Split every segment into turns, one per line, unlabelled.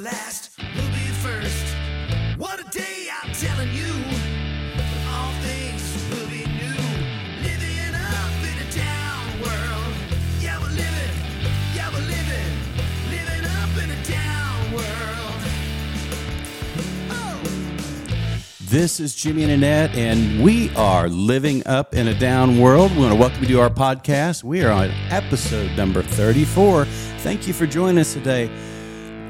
last, we'll be first. What a day, I'm telling you. All things will be new. Living up in a down world. Yeah, we're living. Yeah, we're living. Living up in a down world. Oh!
This is Jimmy and Annette, and we are living up in a down world. We want to welcome you to our podcast. We are on episode number 34. Thank you for joining us today.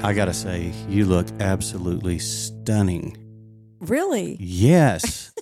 I got to say, you look absolutely stunning.
Really?
Yes,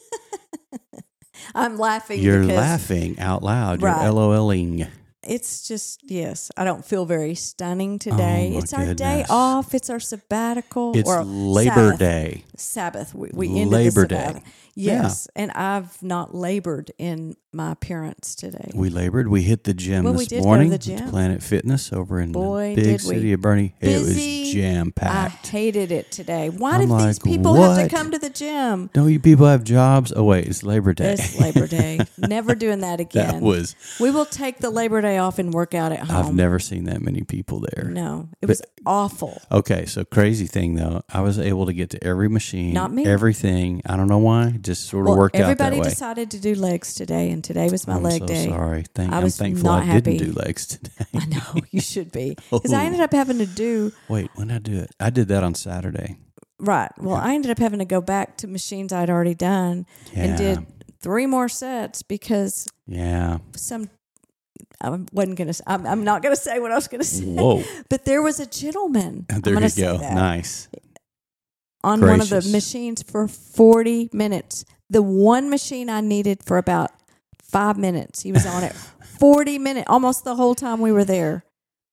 I'm laughing.
you're
because
laughing out loud.
Right.
You're LOLing.
It's just, yes, I don't feel very stunning today.
Oh my
it's our day
goodness.
off. It's our sabbatical.
It's
or
Labor
Sabbath.
Day.
Sabbath. We, we ended
Labor
Labor
Day.
Day.
Yeah.
Yes. And I've not labored in my appearance today.
We labored. We hit the gym
Well, we
this
did go to
morning.
the gym.
Planet Fitness over in
Boy,
the big
did we.
city of Bernie. It was
Busy.
jam
I
packed.
hated it today. Why
I'm
do these
like,
people have
"What?"
to come to the gym?
Don't you people have jobs? Oh wait, it's Labor Day.
It's Labor Day. Never doing that again.
that was
We will take the Labor Day off and work out at home.
I've never seen that many people there.
Um, no, it was awful.
Okay, so crazy thing though, I was able to get to every machine,
Not me.
everything. I don't know why, just sort of
Well,
worked out that
everybody
way.
decided to do legs today, and today was my
I'm
leg
so
day.
sorry. Thank,
I
I'm
was
thankful I
not happy.
didn't do legs today.
I know you should be because
Oh.
I ended up having to do
wait, when did I do it? I did that on Saturday.
right. Well, I ended up having to go back to machines I'd already done
Yeah.
and did three more sets because
Yeah.
some. I wasn't gonna. I'm, I'm not gonna say what I was gonna say.
Whoa.
But there was a gentleman. I'm
There
gonna
you
say
go.
that,
Nice.
on one of
Gracious.
the machines for 40 minutes. The one machine I needed for about five minutes. He was on it 40 minutes, almost the whole time we were there.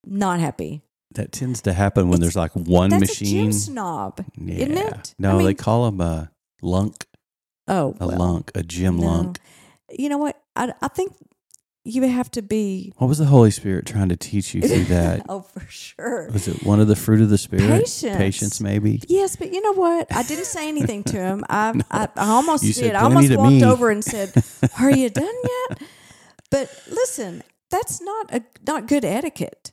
Not happy.
That tends to happen when
It's-
there's like one
That's a
machine.
gym snob,
yeah.
isn't it?
No,
I mean,
they call them a lunk,
oh,
a
well,
lunk, a gym
no.
lunk.
You know what? I, I think you have to be.
What was the Holy Spirit trying to teach you through that?
oh, for sure.
was it one of the fruit of the spirit?
Patience.
maybe.
Yes, but you know what? I didn't say anything to him. I I, I almost
You said
did. I
plenty
almost
to
walked
me.
over and said, "Are you done yet?" But listen, that's not a not good etiquette.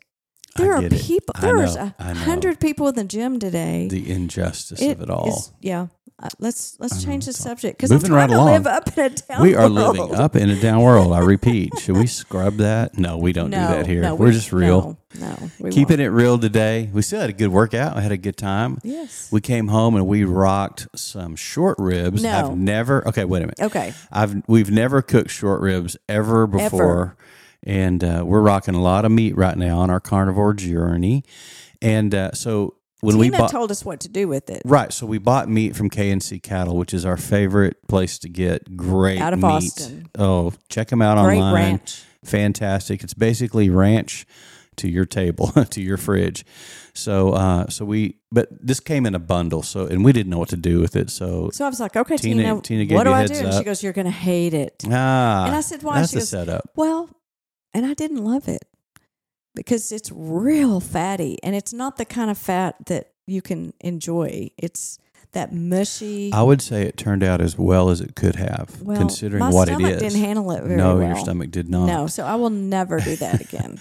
I
There are
get it.
people.
I
There's
know.
a
I know.
hundred people in the gym today.
The injustice
It
of it all.
is- yeah. Uh, let's let's change the subject because I'm
Moving right
trying to live
along.
up in a down.
we are
world.
living up in a down world. I repeat. Should we scrub that? No, we don't
no,
do that here.
no,
We're
we-
just real.
No, no we
Keeping
won't.
it real today. We still had a good workout. I had a good time.
Yes.
We came home and we rocked some short ribs.
No.
I've never. Okay, wait a minute.
Okay.
I've we've never cooked short ribs ever before, and uh, we're rocking a lot of meat right now on our carnivore journey. And uh, so when we
Tina
bought,
told us what to do with it.
Right. So we bought meat from KNC Cattle, which is our favorite place to get great
Out of
meat.
Austin.
Oh, check them out
Great
online.
ranch.
Fantastic. It's basically ranch to your table, to your fridge. So, uh, so we, but this came in a bundle. So, and we didn't know what to do with it. So,
So I was like, okay,
Tina-
Tina,
Tina gave
what do
you a
I
heads
do? And
up.
she goes, you're going to hate it.
ah,
and I said, why?
That's
she
the
goes,
setup.
well, and I didn't love it because it's real fatty and it's not the kind of fat that you can enjoy. It's that mushy.
I would say it turned out as well as it could have,
well,
considering
my
what it
stomach
is.
didn't handle it very
no,
well.
your stomach did not.
No, so I will never do that again.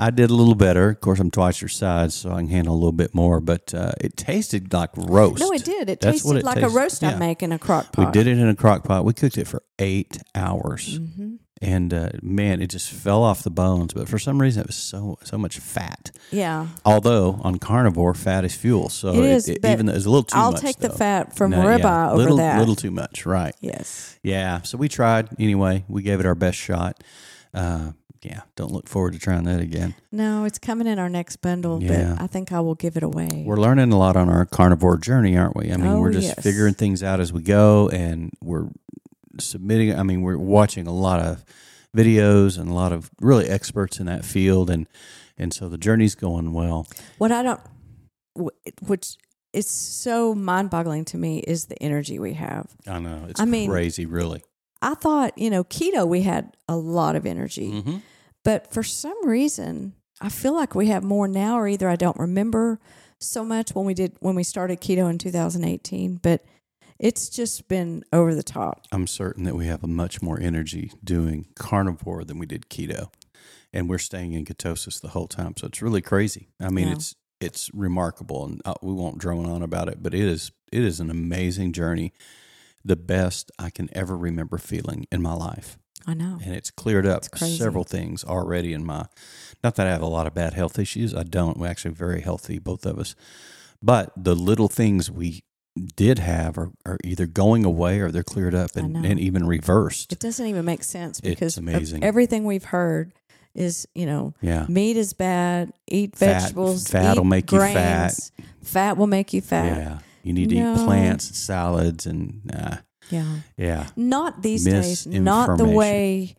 I did a little better. Of course, I'm twice your size, so I can handle a little bit more. But uh, it tasted like roast.
no, it did. It
That's
tasted
what it
like
tastes-
a roast
yeah.
I make in a crock
We
pot.
did it in a crock pot. We cooked it for eight hours,
hmm
and uh, man, it just fell off the bones. But for some reason, it was so so much fat.
Yeah.
Although on carnivore, fat is fuel, so
It is, but
even though it's a little too
I'll
much.
take the
though.
fat from
No,
ribeye
yeah.
over
little,
that.
Little too much, right?
Yes.
Yeah. So we tried anyway. We gave it our best shot. Uh, yeah. Don't look forward to trying that again.
No, it's coming in our next bundle,
Yeah.
but I think I will give it away.
We're learning a lot on our carnivore journey, aren't we? I mean,
Oh,
we're just
yes.
figuring things out as we go and we're submitting. I mean, we're watching a lot of videos and a lot of really experts in that field. And, and so the journey's going well.
What I don't, wh- which is so mind boggling to me, is the energy we have.
I know. It's
I mean-
crazy, really.
I thought, you know, keto, we had a lot of energy,
Mhm.
but for some reason, I feel like we have more now, or either I don't remember so much when we did, when we started keto in 2018, but it's just been over the top.
I'm certain that we have much more energy doing carnivore than we did keto. And we're staying in ketosis the whole time. So it's really crazy. I mean,
Yeah.
it's it's remarkable, and uh, we won't drone on about it. But it is it is an amazing journey, the best I can ever remember feeling in my life,
I know.
and it's cleared up
crazy.
several things already in my. Not that I have a lot of bad health issues. I don't. We're actually very healthy, both of us. But the little things we did have are, are either going away or they're cleared up
I
and,
know.
and even reversed.
It doesn't even make sense
It's
because of
amazing.
everything we've heard is, you know,
Yeah.
meat is bad, eat
Fat-
vegetables,
fat will
eat
make you fat.
grains, Fat will make you fat.
Yeah. You need to eat
No.
plants and salads and uh,
Yeah.
yeah.
Not these days, not the
Misinformation.
way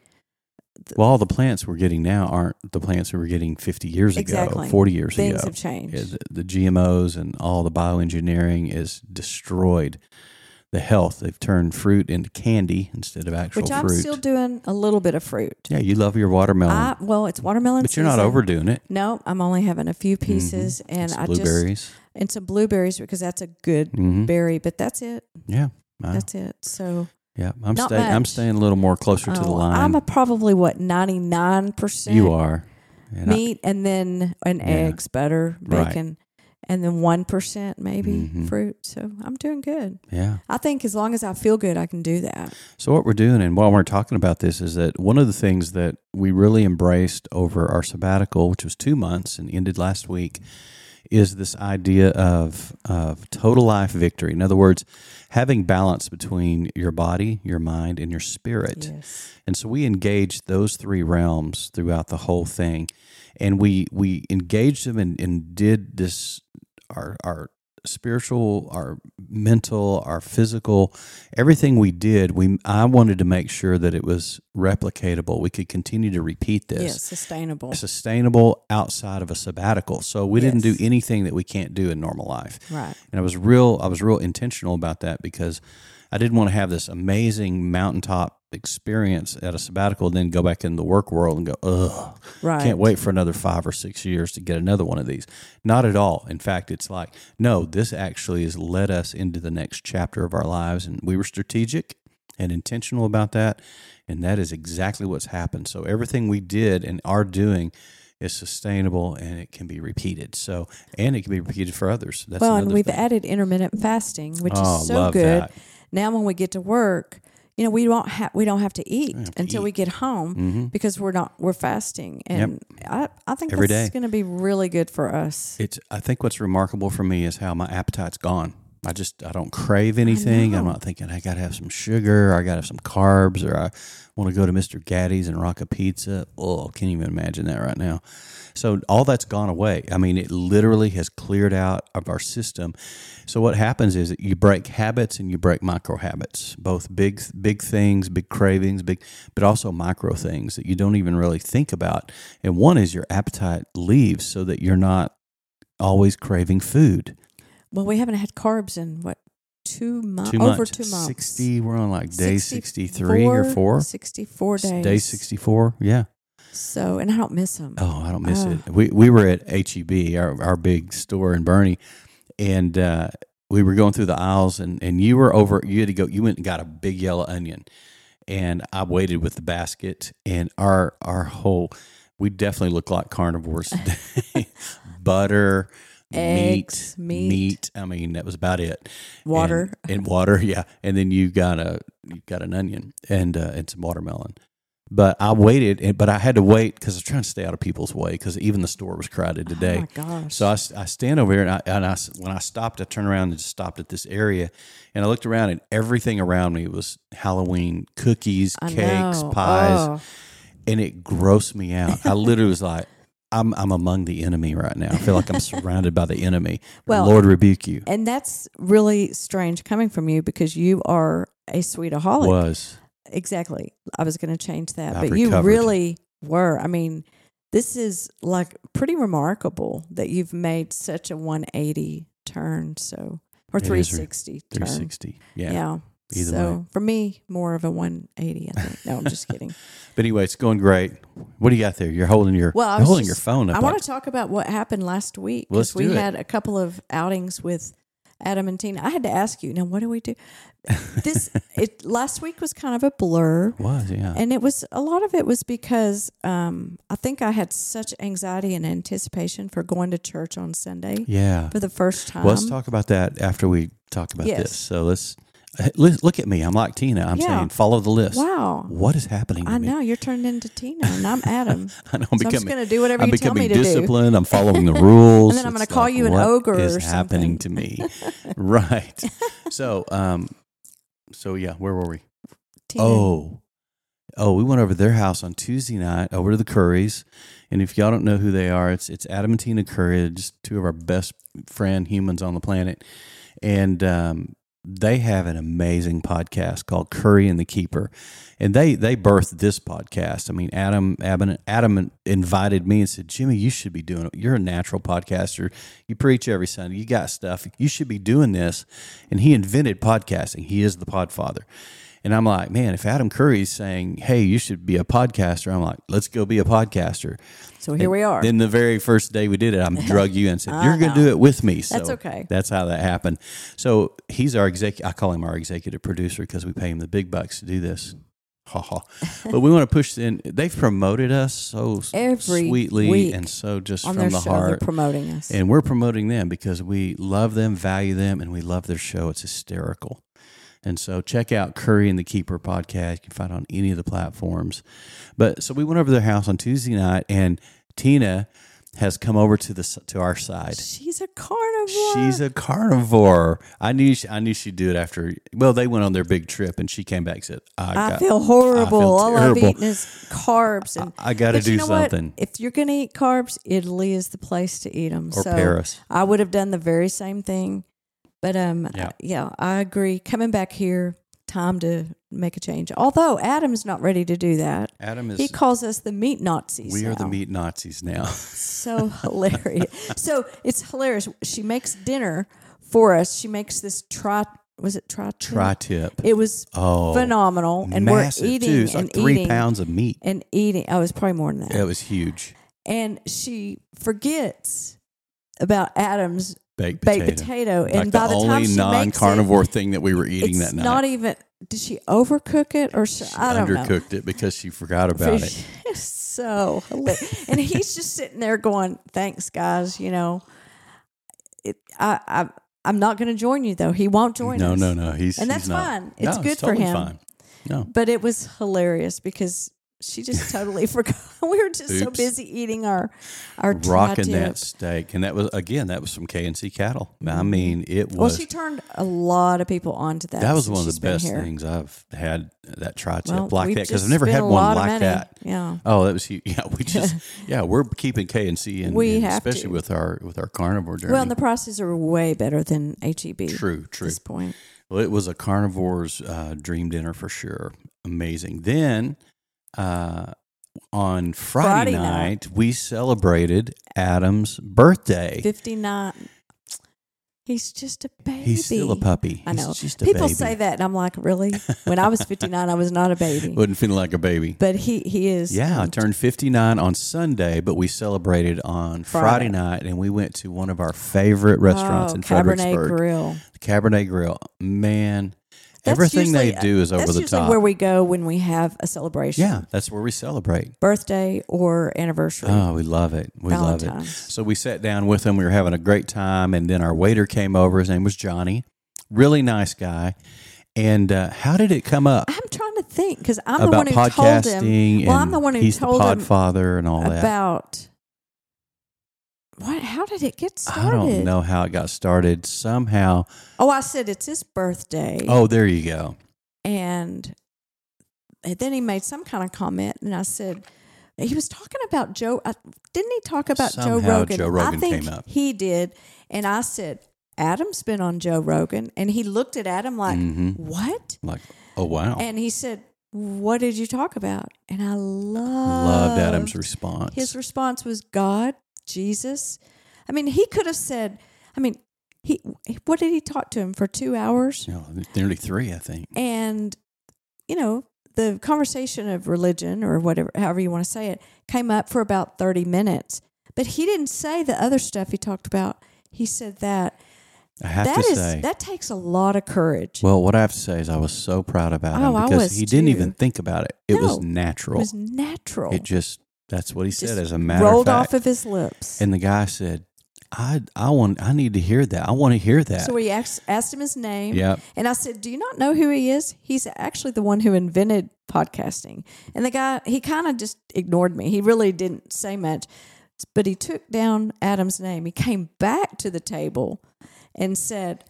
Well, all the plants we're getting now aren't the plants we were getting 50 years
exactly
ago, 40 years
things
ago.
have changed.
Yeah, the, the GMOs and all the bioengineering is destroyed the health. They've turned fruit into candy instead of actual
Which I'm
fruit.
still doing a little bit of fruit.
yeah, you love your watermelon,
I well, it's watermelon,
but you're not Mm-hmm.
season.
overdoing it.
No, I'm only having a few pieces, and
Some
I just
blueberries.
and some blueberries because that's a good
Mhm.
berry. But that's it.
yeah. I-
That's it. So
yeah, I'm
not
staying. I'm
much.
staying a little more closer to the
Oh,
line.
I'm a probably what 99 percent.
you are. And I-
meat and then and eggs, butter,
Right.
bacon, and then one percent maybe
Mhm.
fruit. So I'm doing good.
yeah.
I think as long as I feel good, I can do that.
So what we're doing, and while we're talking about this, is that one of the things that we really embraced over our sabbatical, which was two months and ended last week, is this idea of of total life victory. In other words, having balance between your body, your mind, and your spirit.
Yes.
And so we engaged those three realms throughout the whole thing. And we we engaged them and, and did this our our spiritual, our mental, our physical, everything we did, we I wanted to make sure that it was replicatable. We could continue to repeat this.
Yes. Sustainable.
Sustainable outside of a sabbatical. So we didn't do
Yes.
anything that we can't do in normal life
Right.
and I was real I was real intentional about that because I didn't want to have this amazing mountaintop experience at a sabbatical and then go back in the work world and go ugh
Right.
can't wait for another 5 or 6 years to get another one of these not at all in fact it's like no this actually has led us into the next chapter of our lives and we were strategic and intentional about that and that is exactly what's happened so everything we did and are doing is sustainable and it can be repeated so and it can be repeated for others that's
well, and
another
we've
thing.
added intermittent fasting, which
Oh,
is so
love
good.
that.
Now, when we get to work, you know, we don't have we don't have to eat until we get home
Mm-hmm.
because we're not we're fasting, and I I think
Every
this is
day.
going to be really good for us.
It's. I think what's remarkable for me is how my appetite's gone. I just I don't crave anything. I'm not thinking I gotta have some sugar. Or I gotta have some carbs, or I want to go to Mr. Gaddy's and rock a pizza. Oh, can't even imagine that right now. So all that's gone away. I mean, it literally has cleared out of our system. So what happens is that you break habits and you break micro habits, both big big things, big cravings, big, but also micro things that you don't even really think about. And one is your appetite leaves, so that you're not always craving food.
Well, we haven't had carbs in what two months?
Two
Uh, Over
months.
two months.
Sixty. We're on like day sixty-three or four.
64 days.
Day sixty-four. Yeah.
So, and I don't miss them.
Oh, I don't miss
Oh.
it. We we were at HEB, our our big store in Bernie, and uh, we were going through the aisles, and and you were over. You had to go. You went and got a big yellow onion, and I waited with the basket, and our our whole. We definitely look like carnivores. today. Butter,
Eggs,
meat,
meat.
meat. I mean, that was about it.
Water.
and, and water, yeah. And then you got a you got an onion and uh, and some watermelon. But I waited, and, but I had to wait because I was trying to stay out of people's way because even the store was crowded today.
Oh my gosh.
So I, s- I stand over here, and, I, and I s- when I stopped, I turned around and just stopped at this area, and I looked around, and everything around me was Halloween cookies,
I
cakes,
know.
pies,
Oh,
and it grossed me out. I literally was like, "I'm I'm among the enemy right now. I feel like I'm surrounded by the enemy.
Well,
Lord rebuke you."
And that's really strange coming from you because you are a sweetaholic.
Was
Exactly. I was going to change that,
I've
but you
recovered.
really were. I mean, this is like pretty remarkable that you've made such a 180 turn. So, or
It is re-
360 turn.
360.
Yeah.
yeah. Either
so
way.
for me, more of a 180, I think. No, I'm just kidding.
But anyway, it's going great. What do you got there? You're holding your
Well, I
you're
was
holding
just-
your phone up.
I want
like-
to talk about what happened last week
Let's
because we
do it.
had a couple of outings with Adam and Tina. I had to ask you now. What do we do? This it last week was kind of a blur.
Was yeah.
And it was a lot of it was because um, I think I had such anxiety and anticipation for going to church on Sunday
yeah.
for the first time.
Well, let's talk about that after we talk about
Yes.
this. So let's eh, li- look at me. I'm like Tina. I'm
Yeah.
saying follow the list.
Wow.
What is happening to
I
me?
know you're turned into Tina and I'm Adam.
I know, I'm
So I'm
becoming.
just gonna do whatever
I'm
you tell me
becoming
to do.
disciplined. I'm following the rules.
And then I'm gonna
It's
call you an ogre
What is
or
happening to me? right. So, um, so yeah, where were we?
Tina.
Oh, oh, we went over to their house on Tuesday night, over to the Currys. And if y'all don't know who they are, it's it's Adam and Tina Curry, just two of our best friend humans on the planet, and um, they have an amazing podcast called Curry and the Keeper, and they they birthed this podcast. I mean, Adam Adam Adam invited me and said, Jimmy, you should be doing it. You're a natural podcaster. You preach every Sunday. You got stuff. You should be doing this. And he invented podcasting. He is the Podfather. And I'm like, man, if Adam Curry's saying, hey, you should be a podcaster, I'm like, let's go be a podcaster.
So here we are.
Then the very first day we did it, I drug you and said, "You're going to do it with me." So
That's okay.
That's how that happened. So he's our executive. I call him our executive producer because we pay him the big bucks to do this. Ha ha. But we want to push in. They've promoted us so s-
Every
sweetly
week
and so just
on
from
their
the
show, they're
heart.
promoting us.
And we're promoting them because we love them, value them, and we love their show. It's hysterical. And so check out Curry and the Keeper podcast. You can find it on any of the platforms. But so we went over to their house on Tuesday night, and Tina has come over to the s- to our side.
She's a carnivore.
She's a carnivore. I knew she, I knew she'd do it after. Well, they went on their big trip, and she came back and said, "I,
I
got,
feel horrible. All I've
terrible.
eaten is carbs. And,
I got to
but you
do
know what?
something."
If you're going to eat carbs, Italy is the place to eat them.
Or
so
Paris.
I would have done the very same thing. But um, I-
Yeah.
yeah. I, agree. Coming back here, time to make a change. Although Adam's not ready to do that.
Adam
He
is.
calls us the meat Nazis.
We are the
now.
meat Nazis now.
So hilarious. so it's hilarious. She makes dinner for us. She makes this tri. Was it tri?
Tri tip.
It was
Oh,
phenomenal, and we're
massive,
eating
too. It's
and
like three
eating
pounds of meat.
and eating. Oh, it's probably more than that.
That was huge.
And she forgets about Adam's
Baked potato.
baked potato,
Like
and
the
by the,
only
time she makes it,
non-carnivore thing that we were eating
it's
that night.
not even. Did she overcook it or she, I don't know?
undercooked it because she forgot about it.
so hilarious. and he's just sitting there going, "Thanks, guys. You know, it, I, I, I'm not going to join you though. He won't join
No,
us.
no, no. He's
And that's
he's not.
fine. It's
No,
good
it's
for
totally
him.
Fine. No,
But it was hilarious because she just totally forgot. We were just so
Oops.
busy eating our our
rocking
tri-tip.
that steak, and that was again that was from KNC cattle. I mean, it was.
Mm-hmm. Well, she turned a lot of people onto that.
that was
since
one of
she's
the
been
best
here.
things I've had. That tri tip
Well,
like
we've
that because
just
I've never
spent
had
a
one
lot of
like
money.
that.
Yeah.
Oh, that was huge. Yeah, we just yeah we're keeping KNC and,
We
and
have
especially
to.
with our with our carnivore journey.
Well, and the prices are way better than HEB.
true,
At
true.
this point,
Well, it was a carnivore's uh, dream dinner for sure. Amazing. Then uh, on Friday,
Friday night.
night, we celebrated Adam's birthday.
fifty nine. He's just a baby.
He's still a puppy.
I know.
He's just a
People
baby.
say that, and I'm like, really? When I was 59, I was not a baby.
Wouldn't feel like a baby.
But he he is.
Yeah, I turned 59 on Sunday, but we celebrated on Friday,
Friday.
night and we went to one of our favorite restaurants
oh,
in
Cabernet
Fredericksburg,
Grill.
Cabernet Grill. Man,
That's
everything they
usually- uh,
do is over
that's
the
usually
top.
Where we go when we have a celebration,
yeah, that's where we celebrate.
birthday or anniversary.
Oh, we love it. We love it.
Valentine's.
So we sat down with him. We were having a great time. And then our waiter came over. His name was Johnny. Really nice guy. And uh, how did it come up
I'm trying to think because I'm the
about
one who told him.
podcasting?
Well, I'm
and
the one who
he's
told
the
him
podfather and all that.
about what? How did it get started?
I don't know how it got started. Somehow.
Oh, I said it's his birthday.
Oh, there you go.
and then he made some kind of comment, and I said he was talking about Joe. I, didn't he talk about Joe
Somehow
Rogan?
Joe Rogan
I think
came up.
he did, and I said Adam's been on Joe Rogan, and he looked at Adam like
Mhm.
what?
Like, oh, wow.
And he said, "What did you talk about?" And I love
Loved Adam's response.
uh, His response was God, Jesus. I mean, he could have said, I mean, he what did he talk to him for 2 hours?
No, nearly three, I think.
And you know, the conversation of religion or whatever however you want to say it came up for about 30 minutes. But he didn't say the other stuff he talked about. He said that
I have
That
to
is
say.
that takes a lot of courage.
well, what I have to say is I was so proud about
Oh, I
him because
was
he didn't
too.
even think about it. It was
No,
natural.
it was natural.
It just that's what he
Just
said as a matter
rolled
of fact.
off of his lips.
and the guy said, "I I want I need to hear that. I want to hear that."
so we asked, asked him his name.
Yep.
And I said, Do you not know who he is? He's actually the one who invented podcasting. And the guy, he kind of just ignored me. He really didn't say much, but he took down Adam's name. He came back to the table and said,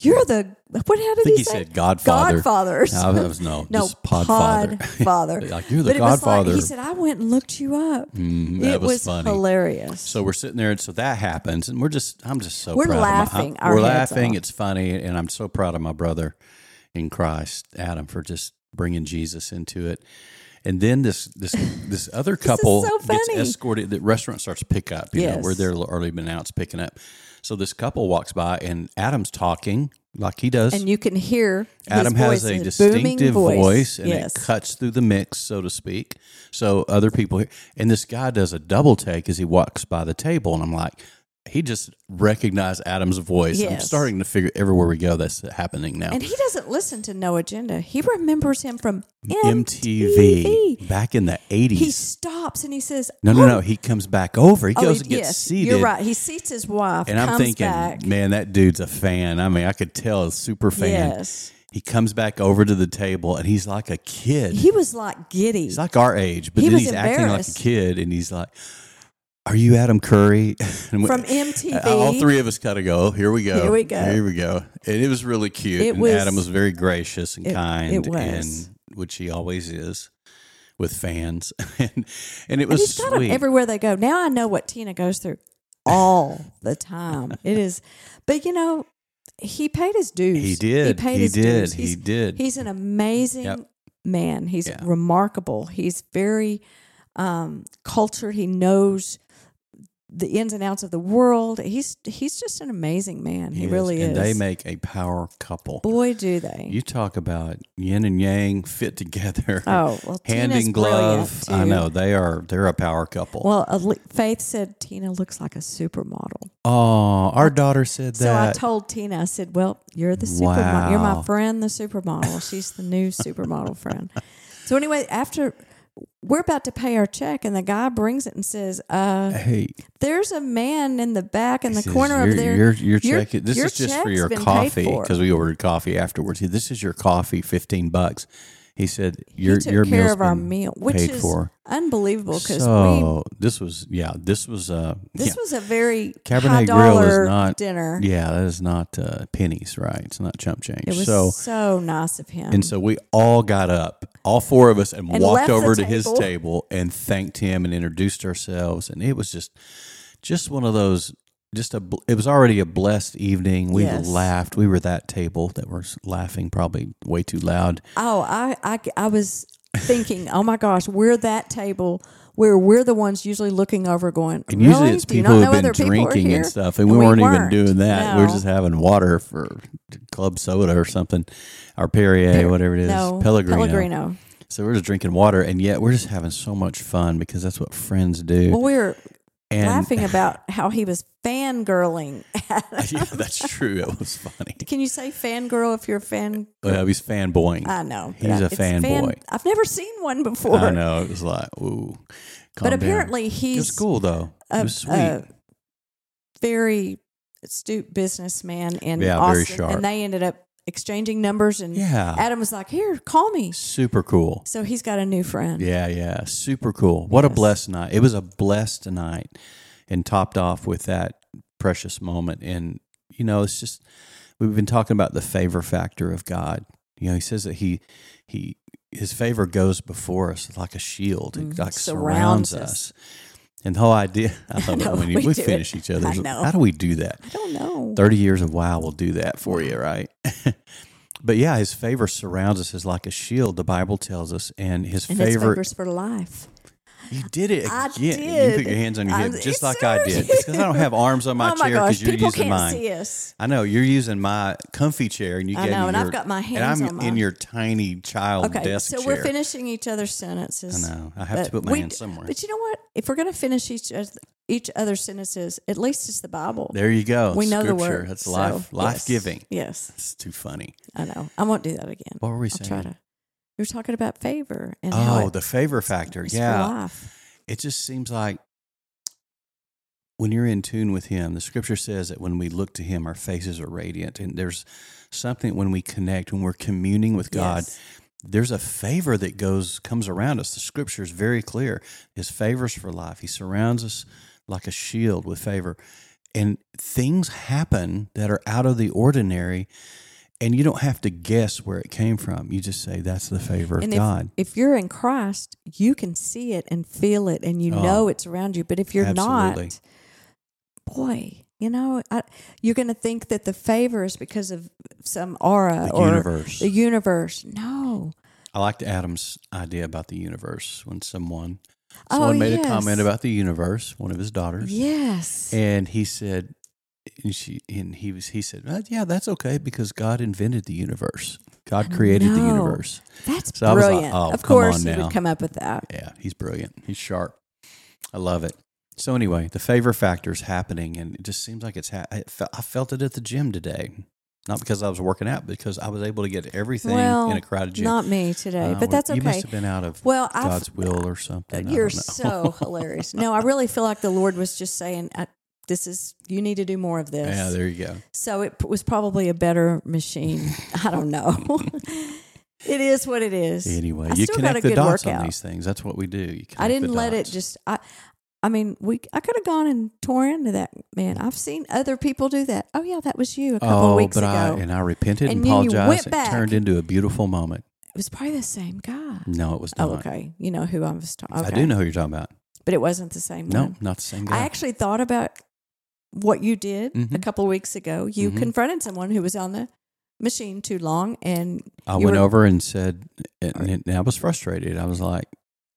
You're the, what, how did
I think
he
he
say?
said Godfather.
Godfathers.
No, I was- no,
no,
just Podfather.
Podfather.
Like, "You're the
But it was like-
Godfather."
he said, I went and looked you up.
Mm,
it
that was,
was,
funny.
hilarious.
So we're sitting there, and so that happens, and we're just I'm just so
We're
proud Of
laughing
my, I-
our
we're
heads
laughing.
off.
It's funny, and I'm so proud of my brother in Christ, Adam, for just bringing Jesus into it. And then this this this other couple
so
gets
funny.
escorted. The restaurant starts to pick up. You know, we're
Yes.
there a little early, but now it's picking up. So this couple walks by, and Adam's talking like he does.
and you can hear his
Adam has
voice,
a
his booming
distinctive voice, and
yes.
it cuts through the mix, so to speak. So other people, hear- and this guy does a double take as he walks by the table, and I'm like, he just recognized Adam's voice. I'm
Yes.
starting to figure everywhere we go that's happening now.
And he doesn't listen to No Agenda. He remembers him from MTV.
MTV, back in the
He
80s.
stops and he says,
No, no,
"Oh,
no. He comes back over. He
oh,
goes
he-
and gets
yes,
seated.
You're right. He seats his wife.
And I'm
comes
thinking,
back.
man, that dude's a fan. I mean, I could tell, a super fan.
Yes.
He comes back over to the table, and he's like a kid.
He was like giddy.
He's like our age, but
He
then
was
he's acting like a
embarrassed.
kid, and he's like, "Are you Adam Curry?" And we-
From MTV.
All three of us kind of go. Here we go.
Here we go."
Here we go. And it was really cute.
It
and
was-
Adam was very gracious and
it-
kind,
it was.
and which he always is with fans. and and it
and
was
he's got 'em
sweet.
everywhere they go. Now I know what Tina goes through all the time. It is, but you know, he paid his dues.
He did.
He paid
He
his
did.
dues.
He
He's-
did.
He's an amazing
Yep.
man. He's
Yeah.
remarkable. He's very um, cultured. He knows the ins and outs of the world. He's he's just an amazing man. He,
is.
really
And
is.
they make a power couple.
Boy, do they!
You talk about yin and yang fit together.
Oh, well,
hand
Tina's
in glove.
brilliant,
I
too.
know they are. They're a power couple.
well, Ale- Faith said Tina looks like a supermodel.
Oh, our daughter said
So I
that.
told Tina, I said, "Well, you're the supermodel. You're
Wow.
my friend, the supermodel. She's the new supermodel friend." So anyway, after we're about to pay our check, and the guy brings it and says, uh,
hey,
"There's a man in the back in the
says,
corner
you're,
over there.
You're, you're
Your-
checking. This
your
is just for
check's
your
been paid
coffee
for."
because we ordered coffee afterwards. He- This is your coffee, fifteen bucks. He said your
he took
your
care
meal's
of our
been
meal, which
paid
is
for.
unbelievable because we."
So this was yeah. This was uh
This
yeah.
was a very high
Cabernet Grill
dollar
is not
dinner.
yeah. That is not uh, pennies, right? It's not chump change.
It was
so
so, nice of him.
and so we all got up, all four of us, and,
And
walked
left the
over to his
table.
table and thanked him and introduced ourselves. And it was just, just one of those. Just a, bl- it was already a blessed evening. We
Yes.
laughed. We were that table that was laughing probably way too loud.
Oh, I, I, I was thinking, oh my gosh, we're that table where we're the ones usually looking over, going.
And
really?
usually it's
Do you
people
not
who've
know
been
other people are
drinking
here?"
and stuff, and, we, weren't, even doing that. We were
No.
just having water for club soda or something, or Perrier, whatever it is,
no,
Pellegrino.
Pellegrino.
So we're just drinking water, and yet we're just having so much fun because that's what friends do.
Well, we were
and
laughing about how he was fangirling.
yeah, that's true. It was funny.
Can you say fangirl if you're a fan?
Well, he's fanboying.
I know but
He's
I-
a
it's
fanboy.
I've never seen one before.
I know. It was like, ooh. calm
But
down.
apparently
it was
he's
cool though. it was sweet.
a very astute businessman in
Yeah, very
Austin,
sharp.
and they ended up exchanging numbers. And
Yeah.
Adam was like, "Here, call me."
Super cool.
So he's got a new friend.
Yeah, yeah. Super cool. What a blessed night. It was a blessed night and topped off with that precious moment. And, you know, it's just, we've been talking about the favor factor of God. You know, he says that he, he, his favor goes before us like a shield. It like surrounds,
Mm-hmm. Surrounds
us.
us.
And the whole idea, I love
know,
it when
we
we
do it.
finish each other's.
I know.
How do we do that?
I don't know.
30 years of wow will do that for you, right? but yeah, his favor surrounds us as like a shield, the Bible tells us. And his
and his
favor
favors for life.
You did it
I
again. You put
did.
your hands on your
I'm-
hip just
it's
like
so
I did. It's because I don't have arms on my,
oh my
chair
gosh,
you're
people
using
can't
mine.
see us.
I know you're using my comfy chair, and you
I
gave
know,
me
and
your,
I've got my
and
hands
I'm
on my-
in your tiny child
Okay,
desk
so
chair.
we're finishing each other's sentences.
I know. I have to
But
put my
we-
hands somewhere.
But you know what? If we're going to finish each oth- each other's sentences, at least it's the Bible.
There you go.
we know
Scripture.
the word.
That's
so,
life, life giving.
Yes,
It's too funny.
I know. I won't do that again.
What were we
I'll try
saying?
to. You're talking about favor and how
Oh,
it-
the favor factor.
it's for
Yeah.
life.
it just seems like when you're in tune with him the scripture says that when we look to him our faces are radiant and there's something when we connect when we're communing with god
Yes.
there's a favor that goes comes around us the scripture is very clear his favors for life he surrounds us like a shield with favor and things happen that are out of the ordinary and you don't have to guess where it came from you just say that's the favor
And
of
if,
god
if you're in Christ, you can see it and feel it, and you
Oh,
know it's around you. But if you're
absolutely.
not, boy, you know, I, you're going to think that the favor is because of some aura
The
uh, or
universe.
the universe. No,
I liked Adam's idea about the universe when someone
Oh,
someone made
yes.
a comment about the universe, one of his daughters,
yes,
and he said, and she and he was he said, "Uh, yeah, that's okay because God invented the universe. God created the
know.
universe.
that's
So I was like,
brilliant.
oh,
of
come on
course, you
now.
would come up with that.
Yeah, he's brilliant. He's sharp. I love it. So anyway, the favor factor is happening, and it just seems like it's. Ha- I fe- I felt it at the gym today, not because I was working out, because I was able to get everything
well,
in a crowded gym.
not me today,
Uh,
but that's
You
okay.
must have been out of
Well, I've-
God's will or something. I don't know.
You're so hilarious. No, I really feel like the Lord was just saying, I, "This is you need to do more of this."
Yeah, there you go.
So it p- was probably a better machine. I don't know. it is what it is.
Anyway,
I
you
still got a
connect the
good
dots
workout.
on these things. That's what we do. You
I
connect the
didn't let it
dots.
just. I, I mean, we. I could have gone and tore into that man. I've seen other people do that. Oh yeah, that was you a couple
oh,
of weeks
but
ago.
I and I repented and,
And then you went
apologized. It
back.
turned into a beautiful moment.
it was probably the same guy.
No, it was not.
Oh, okay. You know who I was talking.
I do know who you're talking about.
but it wasn't the same
No,
one.
not the same guy.
Mm. I actually thought about what you did a
Mhm.
couple of weeks ago. You
Mhm.
confronted someone who was on the machine too long, and
I
you
went
were-
over and said, and, and I was frustrated. I was like,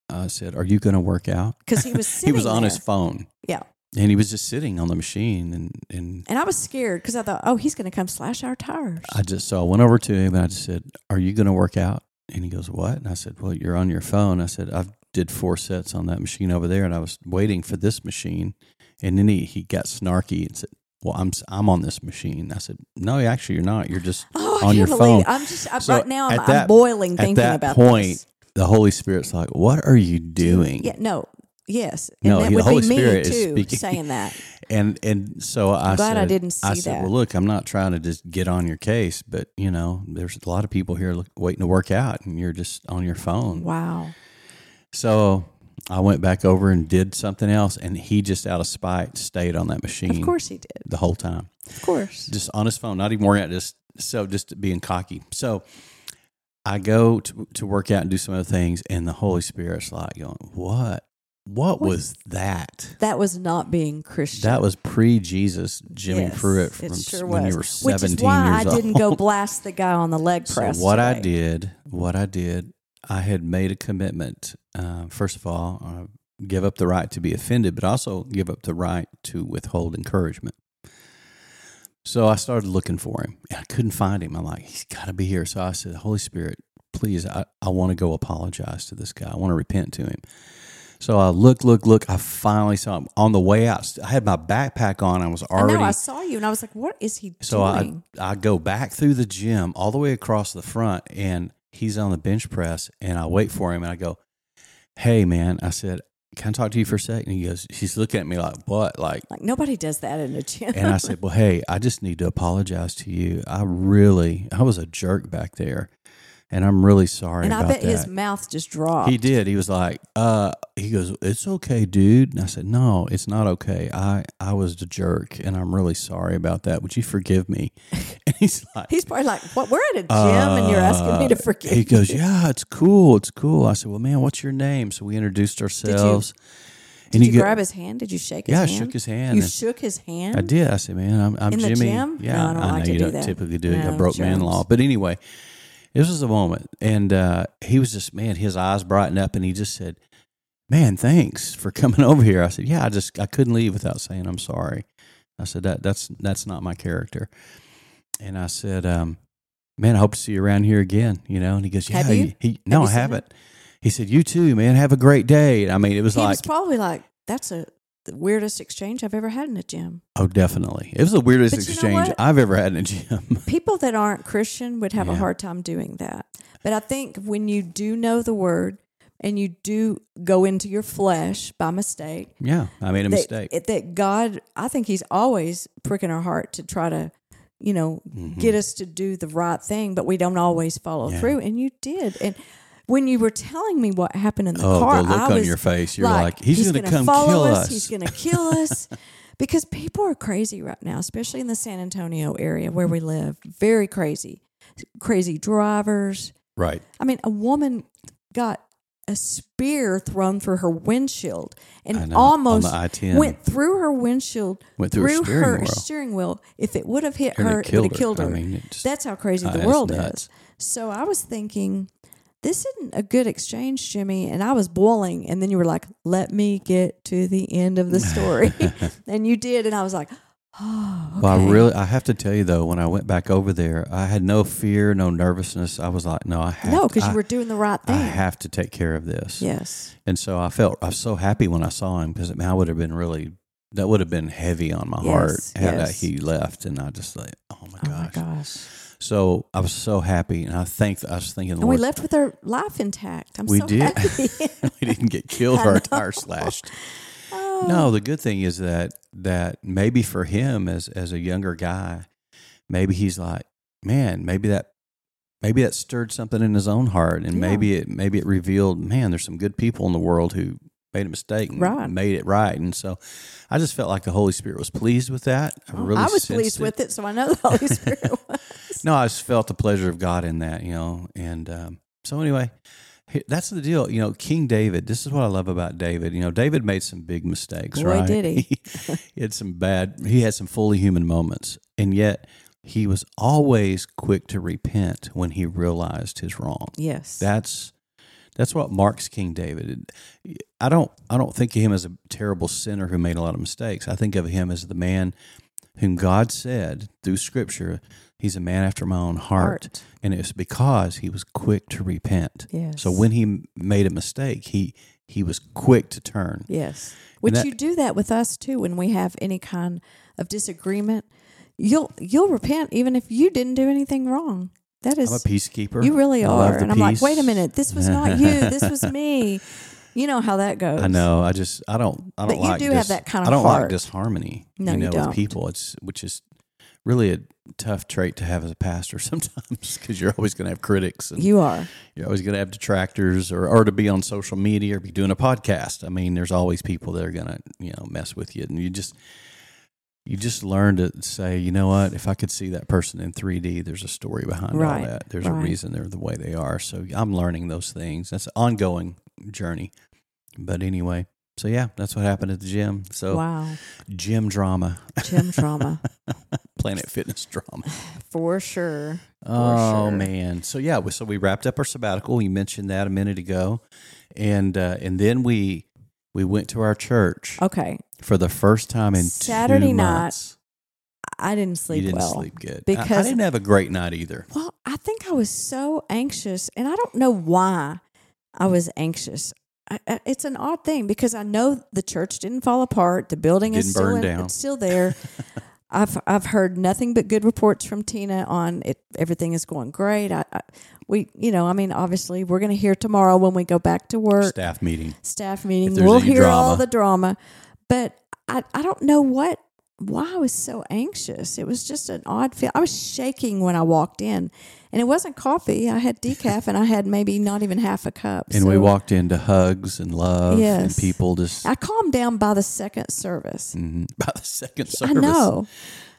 I said, "Are you going to work out?"
because he was
He
sitting
was on his
there.
phone.
Yeah.
and he was just sitting on the machine, and and
And I was scared because I thought, oh, he's going to come slash our tires.
I just so I went over to him and I just said, "Are you going to work out?" And he goes, "What?" And I said, "Well, you're on your phone." I said, "I did four sets on that machine over there, and I was waiting for this machine." And then he, he got snarky and said, "Well, I'm s- I'm on this machine." And I said, "No, actually, you're not. You're just
oh,
on
I
your
can't believe
phone."
it. I'm just I,
So
right now. I'm,
at that-
I'm boiling
At
thinking
that
about
point,
this.
the Holy Spirit's like, "What are you doing?"
Yeah, no, yes, and
No,
that
he- the
would
Holy
be me
Spirit
too
is speaking.
saying that.
And and so I
glad
said,
I didn't see
I said,
that.
well, look, I'm not trying to just get on your case, but you know, there's a lot of people here look, waiting to work out, and you're just on your phone.
Wow,
So I went back over and did something else, and he just out of spite stayed on that machine.
of course he did.
The whole time,
Of course,
just on his phone, not even working out, just so just being cocky. So I go to, to work out and do some other things, and the Holy Spirit's like, going, "What? What,
What?
was that?"
that was not being Christian.
That was pre-Jesus Jimmy
Yes,
Pruitt from
it sure
when
was.
you were seventeen
Which is why
years
I
old.
didn't go blast the guy on the leg
So
press.
what I
today.
did, what I did, I had made a commitment. Uh, first of all, uh, give up the right to be offended, but also give up the right to withhold encouragement. So I started looking for him, and I couldn't find him. I'm like, he's got to be here. So I said, Holy Spirit, please, I, I want to go apologize to this guy. I want to repent to him. So I look, look, look. I finally saw him on the way out. I had my backpack on. I was
I
already
know I saw you, and I was like, "What is he
so I,
doing?"
I go back through the gym all the way across the front, and he's on the bench press, and I wait for him, and I go, "Hey, man," I said, "Can I talk to you for a second? And he goes, "He's looking at me like what?" Like,
like nobody does that in a gym.
and I said, "Well, hey, I just need to apologize to you. I really, I was a jerk back there, and I'm really sorry
And I
about
bet
that."
his mouth just dropped.
he did. He was like, uh, he goes, it's okay, dude. And I said, no, it's not okay. I, I was the jerk and I'm really sorry about that. Would you forgive me? And he's like,
He's probably like, "What? We're at a gym, and you're asking me to
uh,
forgive."
He
you."
goes, Yeah, it's cool. It's cool. I said, Well, man, what's your name? So we introduced ourselves.
Did you
go-
grab his hand? Did you shake his
Yeah, I
hand?
shook his hand.
You
and
shook his hand?
I did. I said, Man, I'm, I'm
In the
Jimmy.
gym? No,
Yeah,
I don't
know
like to
you
do
don't
that.
typically do it.
No,
you broke man
germs.
law. But anyway, this was a moment. And uh, he was just, man, his eyes brightened up and he just said, man, thanks for coming over here. I said, yeah, I just I couldn't leave without saying I'm sorry. I said that that's that's not my character. And I said, um, man, I hope to see you around here again. You know, and he goes, yeah,
Have
he-
you?
he- no,
you
I
seen him?
haven't. He said, you too, man. Have a great day. And I mean, it was
he
like,
was probably like, "That's a the weirdest exchange I've ever had in a gym."
oh, definitely. It was the weirdest
But you know
exchange
what?
I've ever had in a gym.
People that aren't Christian would have a
Yeah.
hard time doing that. But I think when you do know the word and you do go into your flesh by mistake,
yeah, I made a
that,
mistake.
it- that God, I think He's always pricking our heart to try to, you know, get us to do the right thing, but we don't always follow
Mm-hmm. Yeah.
through. And you did. And when you were telling me what happened in the
Oh, the
car,
look
I
on
was
your face. You're like, "He's gonna
gonna
come
follow
kill us."
He's going to kill us. Because people are crazy right now, especially in the San Antonio area where we live. Very crazy. Crazy drivers.
right.
I mean, a woman got a spear thrown through her windshield
I
and
know, on the
almost
I-10.
went through her windshield,
Went through her steering
her
wheel.
steering wheel. If it would have hit
And it
her, it would
killed her.
have killed
I
her.
mean, it just-
that's how crazy
Uh,
the
that's
world
nuts.
is. So I was thinking, this isn't a good exchange, Jimmy. And I was boiling. And then you were like, let me get to the end of the story. and you did. And I was like, oh, okay.
Well, I really, I have to tell you though, when I went back over there, I had no fear, no nervousness. I was like, no, I have
no,
to-
because
I-
you were doing the right
I
thing.
have to take care of this.
yes.
And so I felt I was so happy when I saw him because I, mean, I would have been really that would have been heavy on my
Yes,
heart had I-
yes.
he left. And I just like, oh my
Oh,
gosh.
my gosh.
So I was so happy, and I thank. I was thinking,
And we
Lord,
left with our life intact. I'm
we
so
did.
happy.
we didn't get killed
I
or our
know.
tire slashed.
Oh.
No, the good thing is that that maybe for him as as a younger guy, maybe he's like, man, maybe that maybe that stirred something in his own heart, and
Yeah.
maybe it maybe it revealed, man, there's some good people in the world who made a mistake and
Right.
made it right, and so I just felt like the Holy Spirit was pleased with that. I
Well,
really
Oh, I was
sensed
pleased
it.
with it, so I know the Holy Spirit was.
No, I just felt the pleasure of God in that, you know. And um, so, anyway, he- that's the deal. You know, King David, this is what I love about David. You know, David made some big mistakes,
Boy,
right?
did he.
he had some bad, he had some fully human moments. And yet, he was always quick to repent when he realized his wrong.
Yes.
That's that's what marks King David. I don't I don't think of him as a terrible sinner who made a lot of mistakes. I think of him as the man whom God said through Scripture, he's a man after my own heart,
Heart.
and it's because he was quick to repent.
Yes.
So when he m- made a mistake, he he was quick to turn.
Yes. Which
that-
you do that with us too when we have any kind of disagreement. You'll you'll repent even if you didn't do anything wrong. That
I'm a
is
peacekeeper.
you really
I love
are.
the
And I'm like,
peace.
wait a minute, this was not you, this was me. You know how that goes.
I know. I just I don't I don't
But you
like
do
dis-
have that kind of
I don't like
heart.
disharmony.
No,
you
you
know,
don't.
with people. It's which is really a tough trait to have as a pastor sometimes because you're always going to have critics and
You are.
you're always going to have detractors or or to be on social media or be doing a podcast. I mean, there's always people that are going to you know mess with you, and you just you just learn to say, you know what? If I could see that person in 3D, there's a story behind
Right,
all that. There's a
right.
reason they're the way they are. So I'm learning those things. That's an ongoing journey. But anyway, so yeah, that's what happened at the gym. So
Wow.
gym drama,
Gym trauma.
Planet Fitness drama.
For sure.
Oh
sure.
man! So yeah, we- so we wrapped up our sabbatical. You mentioned that a minute ago, and uh, and then we we went to our church
Okay.
for the first time in
Oh, Saturday
two
night,
months.
I didn't
you
sleep
didn't
well.
sleep good I- I,
because-
didn't have a great night either.
Well, I think I was so anxious, and I don't know why I was anxious. I, I, it's an odd thing because I know the church didn't fall apart, the building is
Didn't
still
burn
in-
down.
It's still there. I've I've heard nothing but good reports from Tina on it. Everything is going great. I, I we you know I mean obviously we're going to hear tomorrow when we go back to work
Staff meeting.
staff meeting.
If there's
We'll
any
hear all
drama.
the drama. But I, I don't know what why I was so anxious. It was just an odd feel. I was shaking when I walked in. And it wasn't coffee. I had decaf and I had maybe not even half a cup.
And we
So
walked into hugs and love and
Yes.
people just
I calmed down by the second service.
mhm, by the second
I
service.
know.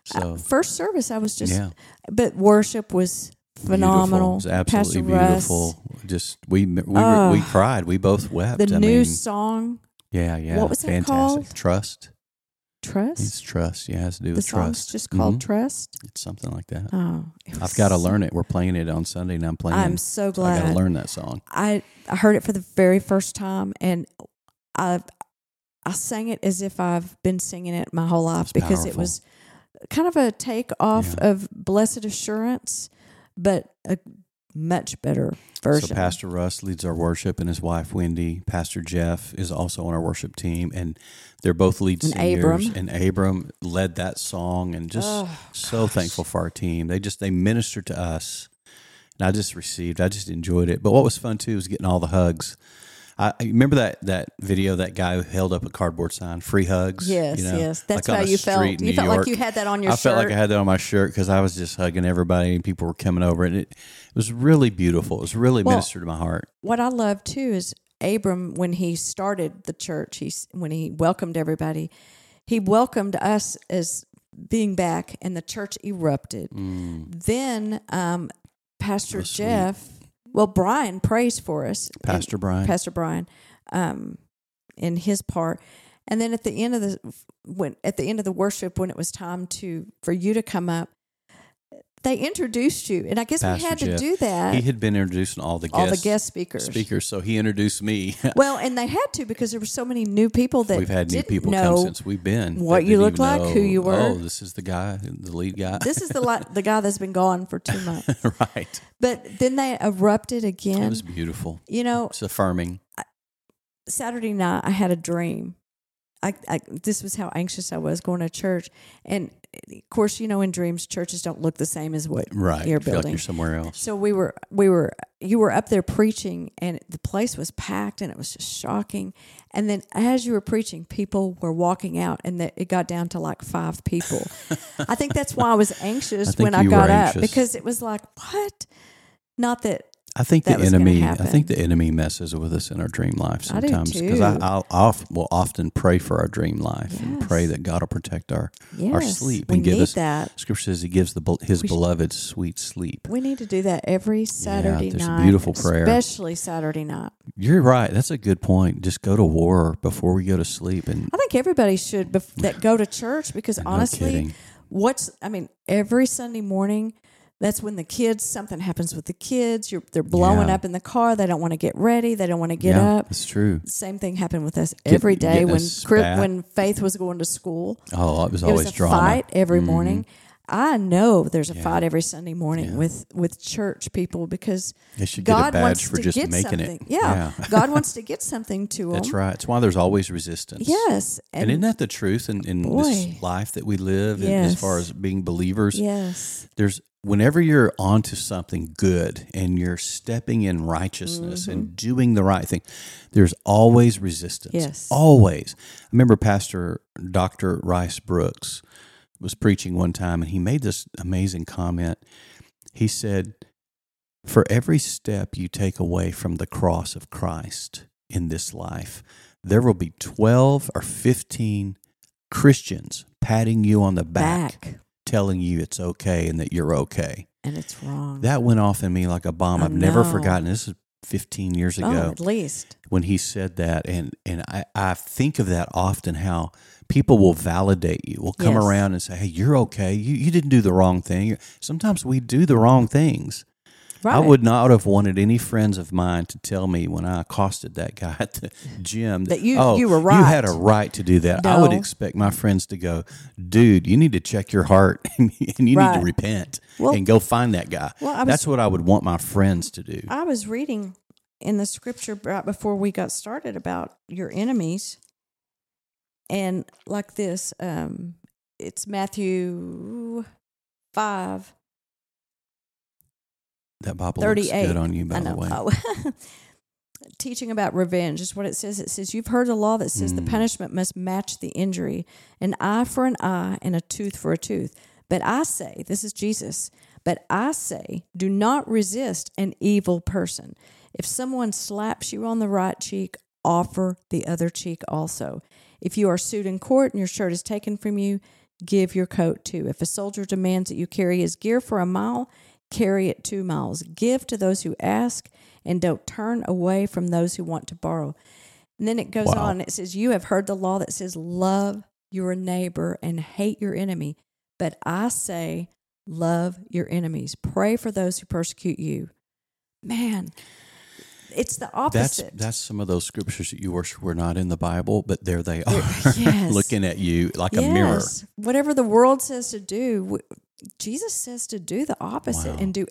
So
First service I was just
Yeah.
but worship was
Beautiful.
phenomenal.
It was absolutely
Pastor Russ,
beautiful. Just we we, were- we cried. We both wept.
the
I
new
mean,
song
yeah, yeah.
what was that
fantastic.
called?
Trust.
Trust.
It's trust. Yeah, it has to do
the
with
song's
trust.
just called
Mhm.
Trust.
It's something like that.
Oh. it was
I've got to learn it. We're playing it on Sunday, and I'm playing.
I'm so
I got to
glad.
learn that song.
I I heard it for the very first time, and I I sang it as if I've been singing it my whole life because it
powerful.
was kind of a take off
Yeah.
of Blessed Assurance, but a much better version.
So Pastor Russ leads our worship, and his wife Wendy. Pastor Jeff is also on our worship team, and they're both lead
And
singers.
Abram.
And Abram led that song, and just
Oh,
so thankful for our team. They just they ministered to us, and I just received. I just enjoyed it. But what was fun too was getting all the hugs. I I remember that that video that guy who held up a cardboard sign, free hugs.
Yes,
you know,
yes. That's
like on
how
a
you
street
felt.
in
You
New
felt
York.
like you had that on your
I
shirt.
felt like I had that on my shirt because I was just hugging everybody, and people were coming over, and it, it was really beautiful. It was really
Well,
ministered to my heart.
what I love too is Abram when he started the church. He s- when he welcomed everybody, he welcomed us as being back, and the church erupted. Then um, Pastor
was Mm. Oh, sweet.
Jeff, well Brian prays for us, and-
Pastor Brian,
Pastor Brian, um, in his part. And then at the end of the when at the end of the worship, when it was time to for you to come up, they introduced you, and I guess
Pastor
we had
Jeff.
to do that.
He had been introducing all the guests,
all the guest speakers.
speakers, so he introduced me.
Well, and they had to because there were so many new people that
We've had new
didn't
people
know.
come since we've been.
what
They
you
didn't
look
even
like, who
know,
you were."
Oh, this is the guy, the lead guy.
This is the li- the guy that's been gone for two months,
right.
but then they erupted
It
again.
was beautiful.
You know,
It's affirming.
Saturday night I had a dream. I, I this was how anxious I was going to church, and eh, of course, you know, in dreams, churches don't look the same as what
Right. You feel
you're
like
building.
you're somewhere else.
So we were we were you were up there preaching and the place was packed and it was just shocking. And then as you were preaching, people were walking out and that it got down to like five people. I think that's why I was anxious
I think
when I
you
got
were
up
anxious.
because it was like, what? Not that
I think
that
the
was gonna
enemy. I
happen.
think the enemy messes with us in our dream life
I do
sometimes because I,
too.
I'll, off will often pray for our dream life and pray
Yes.
that God will protect our
yes,
our sleep
we
and give
need
us.
that.
Scripture says He gives the bel- His
We should-
beloved sweet sleep.
We need to do that every Saturday
there's a
night.
beautiful prayer.
Especially Saturday night.
You're right. That's a good point. Just go to war before we go to sleep, and
I think everybody should bef- that go to church because honestly,
kidding.
what's I mean, every Sunday morning, that's when the kids something happens with the kids. You're they're blowing
Yeah.
up in the car. They don't want to get ready. They don't want to get
yeah,
up.
that's true.
Same thing happened with us every
getting
day when
us
Chri-
back.
when Faith was going to school.
Oh, it was
It
always
was a
drama. Mm-hmm.
fight every morning. I know there's a fight every Sunday morning with with church people because
They should get a
God
badge
wants
for
to
just
get
making it.
something. Yeah,
Yeah.
God wants to get something to them.
That's right. It's why there's always resistance.
Yes,
And, isn't that the truth in, in
Boy.
this life that we live, in, as
Yes.
far as being believers?
yes,
There's whenever you're onto something good and you're stepping in righteousness and doing the right thing, there's always resistance.
Yes.
Always. I remember Pastor Dr. Rice Brooks was preaching one time and he made this amazing comment. He said, For every step you take away from the cross of Christ in this life, there will be 12 or 15 Christians patting you on the back,
back,
telling you it's okay and that you're okay.
and it's wrong.
That went off in me like a bomb.
Mm-hmm. I
I've never
know.
forgotten. This is 15 years ago
oh, at least
when he said that and and I, I think of that often how people will validate you will come
Yes.
around and say hey you're okay you, you didn't do the wrong thing sometimes we do the wrong things
right.
i would not have wanted any friends of mine to tell me when i accosted that guy at the gym
That you-
oh,
you were
you had a
right."
right to do that i would
No.
expect my friends to go dude you need to check your heart and you need
Right.
to repent
Well-
and go find that guy
Well, I was-
that's what i would want my friends to do
I was reading in the scripture right before we got started about your enemies, and like this, um, it's Matthew five
that bible looks
thirty-eight.
good on you by
I
the
know.
way
Oh. Teaching about revenge is what it says. It says you've heard the law that says the
Mm.
punishment must match the injury, an eye for an eye and a tooth for a tooth. But I say, this is Jesus. But I say, do not resist an evil person. If someone slaps you on the right cheek, offer the other cheek also. If you are sued in court and your shirt is taken from you, give your coat too. If a soldier demands that you carry his gear for a mile, carry it two miles. Give to those who ask, and don't turn away from those who want to borrow. And then it goes
Wow.
on. It says, You have heard the law that says, Love your neighbor and hate your enemy. But I say, Love your enemies. Pray for those who persecute you. Man, It's the
That's
opposite.
that's some of those scriptures that you worship were not in the Bible, but there they are,
Yes.
looking at you like a mirror.
Whatever the world says to do, w- Jesus says to do the opposite and do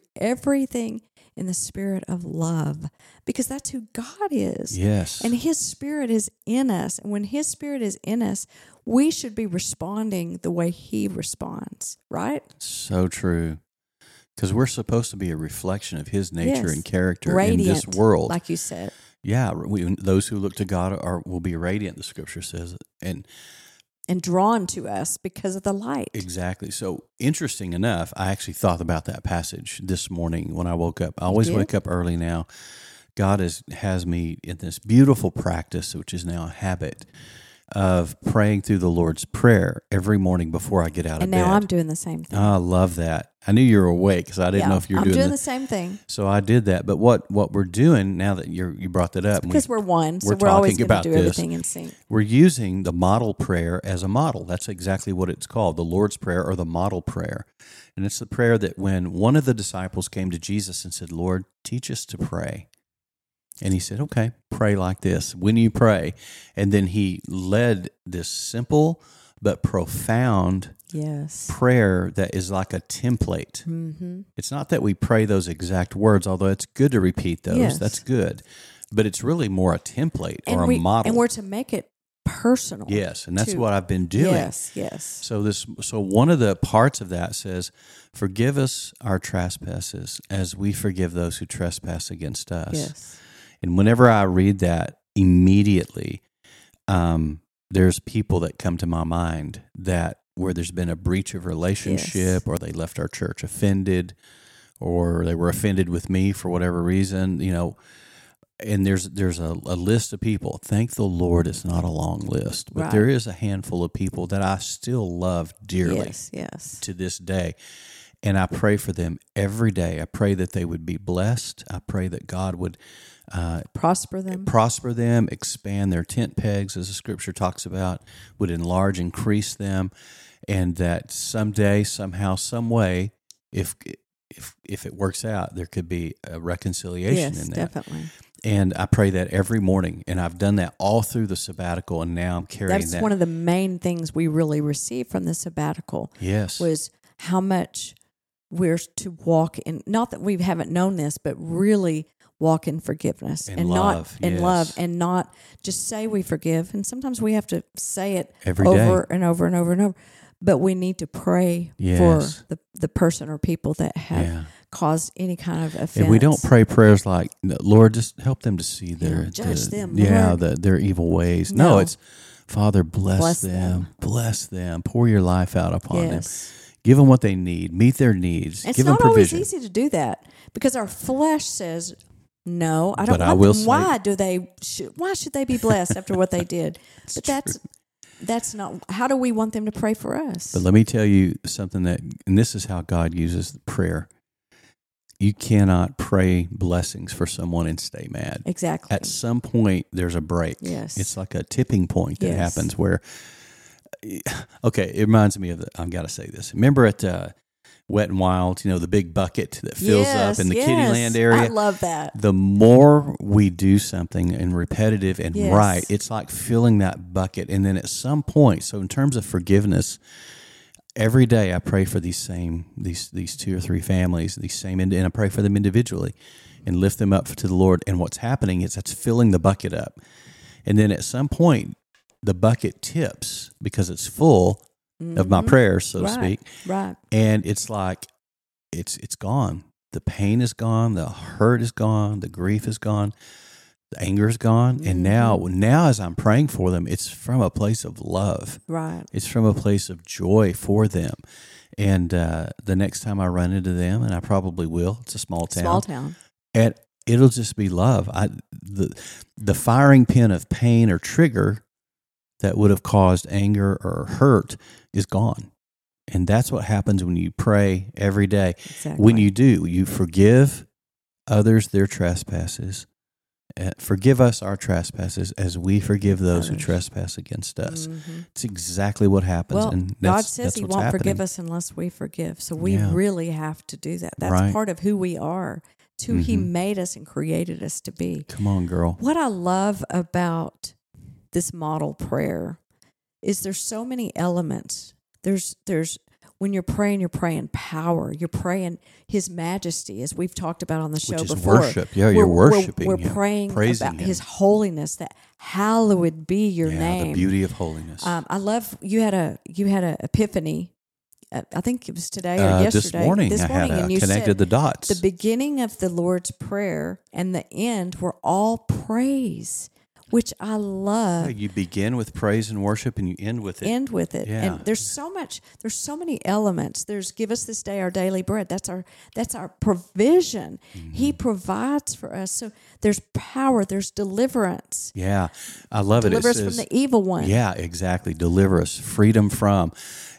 everything in the spirit of love because that's who God is.
Yes.
And his spirit is in us. And when his spirit is in us, we should be responding the way he responds, right?
So true. Because we're supposed to be a reflection of His nature
Yes.
and character
Radiant
in this world.
Like you said.
yeah, we, those who look to God are will be radiant. The Scripture says, and
And drawn to us because of the light.
exactly. So interesting enough, I actually thought about that passage this morning when I woke up. I always
did?
wake up early now. God is, has me in this beautiful practice, which is now a habit of praying through the Lord's Prayer every morning before I get out
And
of
now
bed.
I'm doing the same thing.
I love that. I knew you were awake because Ah, I didn't know if you were
I'm
doing,
doing
the
the same thing.
So I did that. But what what we're doing now that you you brought that up,
because we're one, so
we're
we're, always
talking
going to
about
do
this.
everything in sync.
we're using the model prayer as a model. That's exactly what it's called, the Lord's prayer or the model prayer. And it's the prayer that when one of the disciples came to Jesus and said, "Lord, teach us to pray." And he said, "Okay, pray like this. When you pray." And then he led this simple but profound
Yes.
prayer that is like a template.
Mm-hmm.
It's not that we pray those exact words, although it's good to repeat those.
Yes.
That's good. But it's really more a template or a
we,
model.
And we're to make it personal.
yes, and that's
to-
what I've been doing.
Yes, yes.
So this so one of the parts of that says, "Forgive us our trespasses as we forgive those who trespass against us."
Yes.
And whenever I read that immediately, um, there's people that come to my mind that where there's been a breach of relationship or they left our church offended or they were offended with me for whatever reason, you know. And there's there's a, a list of people. Thank the Lord it's not a long list, but
Right.
there is a handful of people that I still love dearly
Yes, yes.
to this day. And I pray for them every day. I pray that they would be blessed. I pray that God would uh,
Prosper them.
prosper them, expand their tent pegs, as the scripture talks about, would enlarge, increase them, and that someday, somehow, some way, if if if it works out, there could be a reconciliation
Yes,
in that.
definitely.
And I pray that every morning, and I've done that all through the sabbatical, and now I'm carrying
That's
that.
one of the main things we really received from the sabbatical
yes,
was how much we're to walk in. Not that we haven't known this, but really walk in forgiveness
And love,
not in
yes.
love and not just say we forgive. And sometimes we have to say it
Every day.
over and over and over and over. But we need to pray
Yes.
for the, the person or people that have
Yeah.
caused any kind of offense.
And we don't pray prayers like, Lord, just help them to see their
Yeah, judge
the-
them,
yeah,
Lord.
the, their evil ways. No,
No.
it's Father, bless,
Bless
them,
them.
bless them, pour your life out upon them,
Yes.
give them what they need, meet their needs,
It's
give
not
them provision.
always easy to do that because our flesh says, "No, I don't."
But I
want
will
them.
say-
why do they? Should, why should they be blessed after what they did? but that's that's not. How do we want them to pray for us?
But let me tell you something that, and this is how God uses prayer. You cannot pray blessings for someone and stay mad.
exactly.
At some point, there's a break.
Yes.
It's like a tipping point that
Yes.
happens where, okay, it reminds me of, the, I've got to say this. Remember at uh, Wet and Wild, you know, the big bucket that fills
Yes,
up in the
yes.
kiddie land area?
I love that.
the more we do something and repetitive and
Yes.
right, it's like filling that bucket. And then at some point, so in terms of forgiveness, every day I pray for these same these these two or three families, these same and I pray for them individually and lift them up to the Lord. And what's happening is that's filling the bucket up. And then at some point, the bucket tips because it's full of my prayers, so to
Mm-hmm. right.
speak
Mm-hmm. Right.
and it's like it's it's gone the pain is gone the hurt is gone the grief is gone the anger is gone and now now as i'm praying for them it's from a place of love
Right.
it's from a place of joy for them and uh, the next time i run into them and i probably will it's a small town
Small town.
and it'll just be love i the the firing pin of pain or trigger that would have caused anger or hurt is gone and that's what happens when you pray every day
Exactly.
when you do you forgive others their trespasses Uh, forgive us our trespasses as we forgive those who
Others.
trespass against us
Mhm.
it's exactly what happens
Well,
and
God
that's,
says
that's
He
what's
won't
happening.
forgive us unless we forgive. So we
Yeah.
really have to do that. That's
Right. Mm-hmm.
part of who we are It's who He made us and created us to be.
Come on, girl.
What I love about this model prayer is there's so many elements. There's there's when you're praying, you're praying power. You're praying His Majesty, as we've talked about on the show
is
before.
worship. Yeah, you're
We're- we're-
worshiping
We're,
Him,
praying
praising
about
Him.
His holiness. That hallowed be your
Yeah,
name.
the beauty of holiness.
Um, I love you had a you had a epiphany. uh, I think it was today or
Uh,
yesterday.
this morning,
this
I
morning,
had uh,
and you
connected
said
the dots.
the beginning of the Lord's prayer and the end were all praise, which I love.
Yeah, you begin with praise and worship, and you end with it.
end with it
Yeah.
and there's so much there's so many elements there's give us this day our daily bread that's our that's our provision
Mm-hmm.
he provides for us so there's power there's deliverance
yeah, I love it. It
deliver us
says-
from the evil one
Yeah, exactly. Deliver us, freedom from.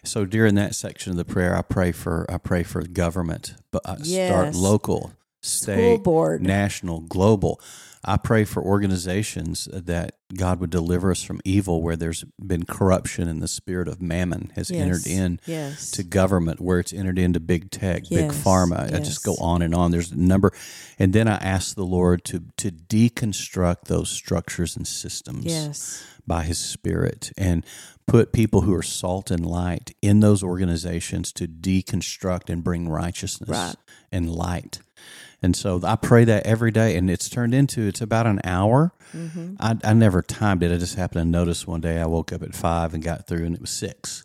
So during that section of the prayer, I pray for I pray for government, but I start
Yes.
local, state,
board.
national, global. I pray for organizations that God would deliver us from evil, where there's been corruption and the spirit of mammon has
Yes.
entered in
yes
to government where it's entered into big tech, big
Yes,
pharma. I just go
yes.
on and on. There's a number, and then I ask the Lord to to deconstruct those structures and systems
yes
by His Spirit and put people who are salt and light in those organizations to deconstruct and bring righteousness
Right.
and light. And so I pray that every day, and it's turned into it's about an hour.
Mm-hmm.
I, I never timed it. I just happened to notice one day I woke up at five and got through, and it was six.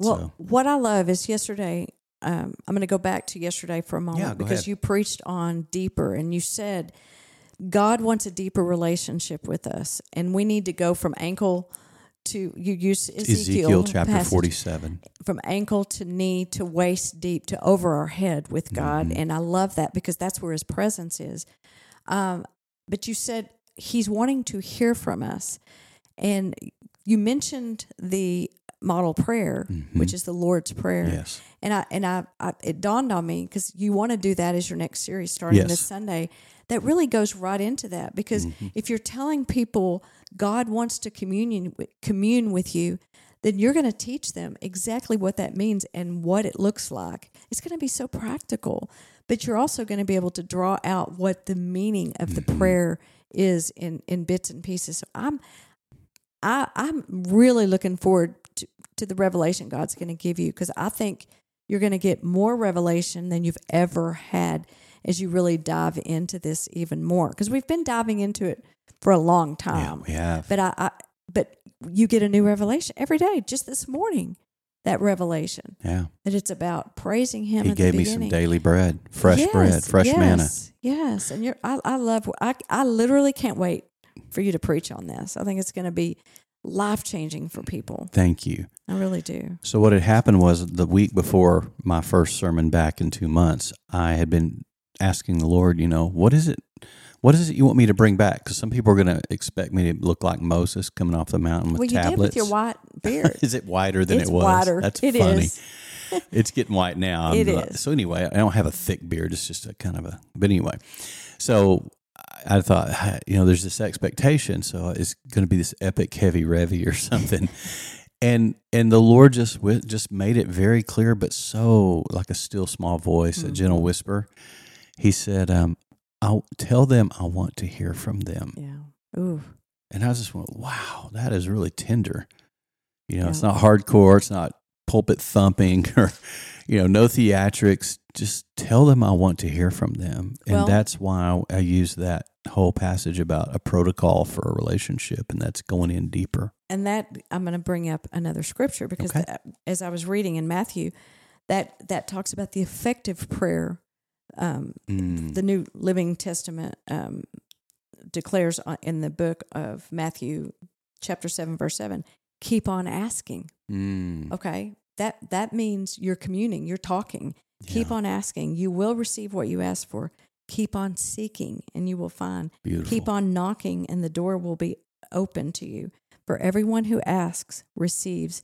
Well,
So-
what I love is yesterday. Um, I'm going to go back to yesterday for a moment
go
because
ahead.
you preached on deeper and you said God wants a deeper relationship with us, and we need to go from ankle to you use Ezekiel,
Ezekiel chapter
passage,
47.
from ankle to knee to waist deep to over our head with God, and I love that because that's where His presence is. Um, but you said He's wanting to hear from us, and you mentioned the model prayer, which is the Lord's prayer.
Yes.
And I and I, I it dawned on me because you want to do that as your next series starting
Yes.
this Sunday. That really goes right into that because if you're telling people God wants to communion commune with you, then you're going to teach them exactly what that means and what it looks like. It's going to be so practical, but you're also going to be able to draw out what the meaning of the prayer is in in bits and pieces. So I'm I, I'm really looking forward to, to the revelation God's going to give you because I think you're going to get more revelation than you've ever had as you really dive into this even more. Because we've been diving into it for a long
Yeah,
time,
we have.
but I, I but you get a new revelation every day. Just this morning, that revelation
Yeah.
that it's about praising Him.
He
at
gave
the
me
beginning.
some daily bread, fresh
Yes,
bread, fresh manna.
yes, Yes, and you're I, I love I I literally can't wait for you to preach on this. I think it's going to be life changing for people.
Thank you.
I really do.
So what had happened was the week before my first sermon back in two months, I had been asking the Lord, you know, what is it? What is it you want me to bring back? Because some people are going to expect me to look like Moses coming off the mountain with
well, you did
tablets.
with your white beard.
is it wider than
it's
it was?
wider.
That's
It
funny.
is.
It's getting white now. I'm
It
not-
is.
So anyway, I don't have a thick beard. It's just a kind of a. But anyway, so I I thought, you know, there's this expectation, so it's going to be this epic heavy revy or something, and and the Lord just wi- just made it very clear, but so like a still small voice,
Mm-hmm.
a gentle whisper. He said, um, "I'll tell them I want to hear from them."
Yeah. Ooh.
And I just went, wow, that is really tender. You know, it's
Yeah.
not hardcore, it's not pulpit thumping or, you know, no theatrics. Just tell them I want to hear from them. And
Well-
that's why I use that whole passage about a protocol for a relationship, and that's going in deeper.
And that I'm going to bring up another scripture because
Okay.
that- as I was reading in Matthew, that that talks about the effective prayer. Um, the New Living Testament um, declares on- in the book of Matthew, chapter seven, verse seven. Keep on asking.
Mm.
Okay, that that means you're communing, you're talking. Keep
Yeah.
on asking. You will receive what you ask for. Keep on seeking, and you will find.
Beautiful.
Keep on knocking, and the door will be open to you. For everyone who asks receives,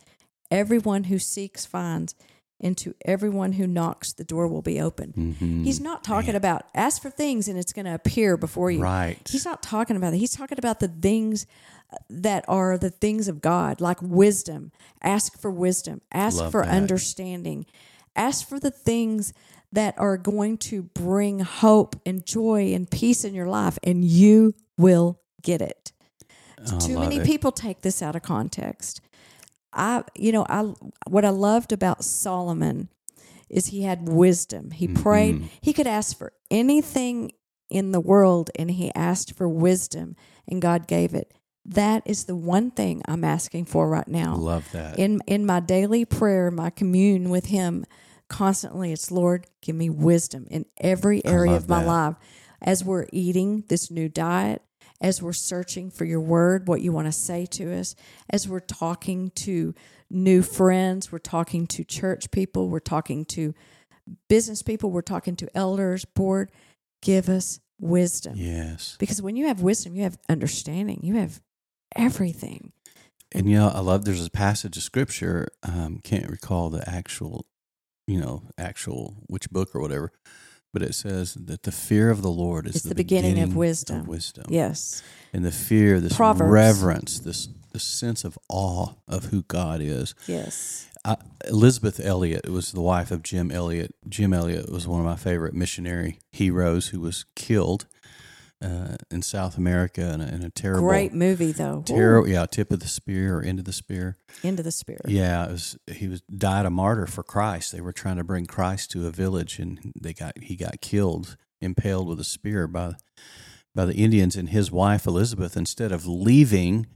everyone who seeks finds, and to everyone who knocks, the door will be open.
Mhm.
He's not talking about ask for things and it's going to appear before you.
Right.
He's not talking about that. He's talking about the things that are the things of God, like wisdom. Ask for wisdom. Ask
Love
for
that.
understanding. Ask for the things that are going to bring hope and joy and peace in your life, and you will get it.
Oh,
Too
love
many
it.
people take this out of context. I, you know, I what I loved about Solomon is he had wisdom. He prayed. He could ask for anything in the world, and he asked for wisdom, and God gave it. That is the one thing I'm asking for right now
Love that.
in in my daily prayer, my commune with Him constantly. It's Lord, give me wisdom in every area
love
of my
that.
life. As we're eating this new diet, as we're searching for Your Word, what You want to say to us, as we're talking to new friends, we're talking to church people, we're talking to business people, we're talking to elders, board. Give us wisdom.
yes.
Because when you have wisdom, you have understanding. You have everything.
And you know, I love there's a passage of scripture. Um, can't recall the actual, you know, actual which book or whatever, but it says that the fear of the Lord is
It's the beginning of wisdom.
wisdom.
Yes.
And the fear, this
Proverbs.
reverence, this this sense of awe of who God is.
Yes.
I, Elizabeth Elliot was the wife of Jim Elliot. Jim Elliot was one of my favorite missionary heroes who was killed uh, in South America in a, in a terrible,
Great movie though.
terrible, yeah, tip of the spear or end of the spear.
Ooh, Into the spirit.
Yeah, it was, he was died a martyr for Christ. They were trying to bring Christ to a village, and they got he got killed, impaled with a spear by by the Indians. And his wife Elizabeth, instead of leaving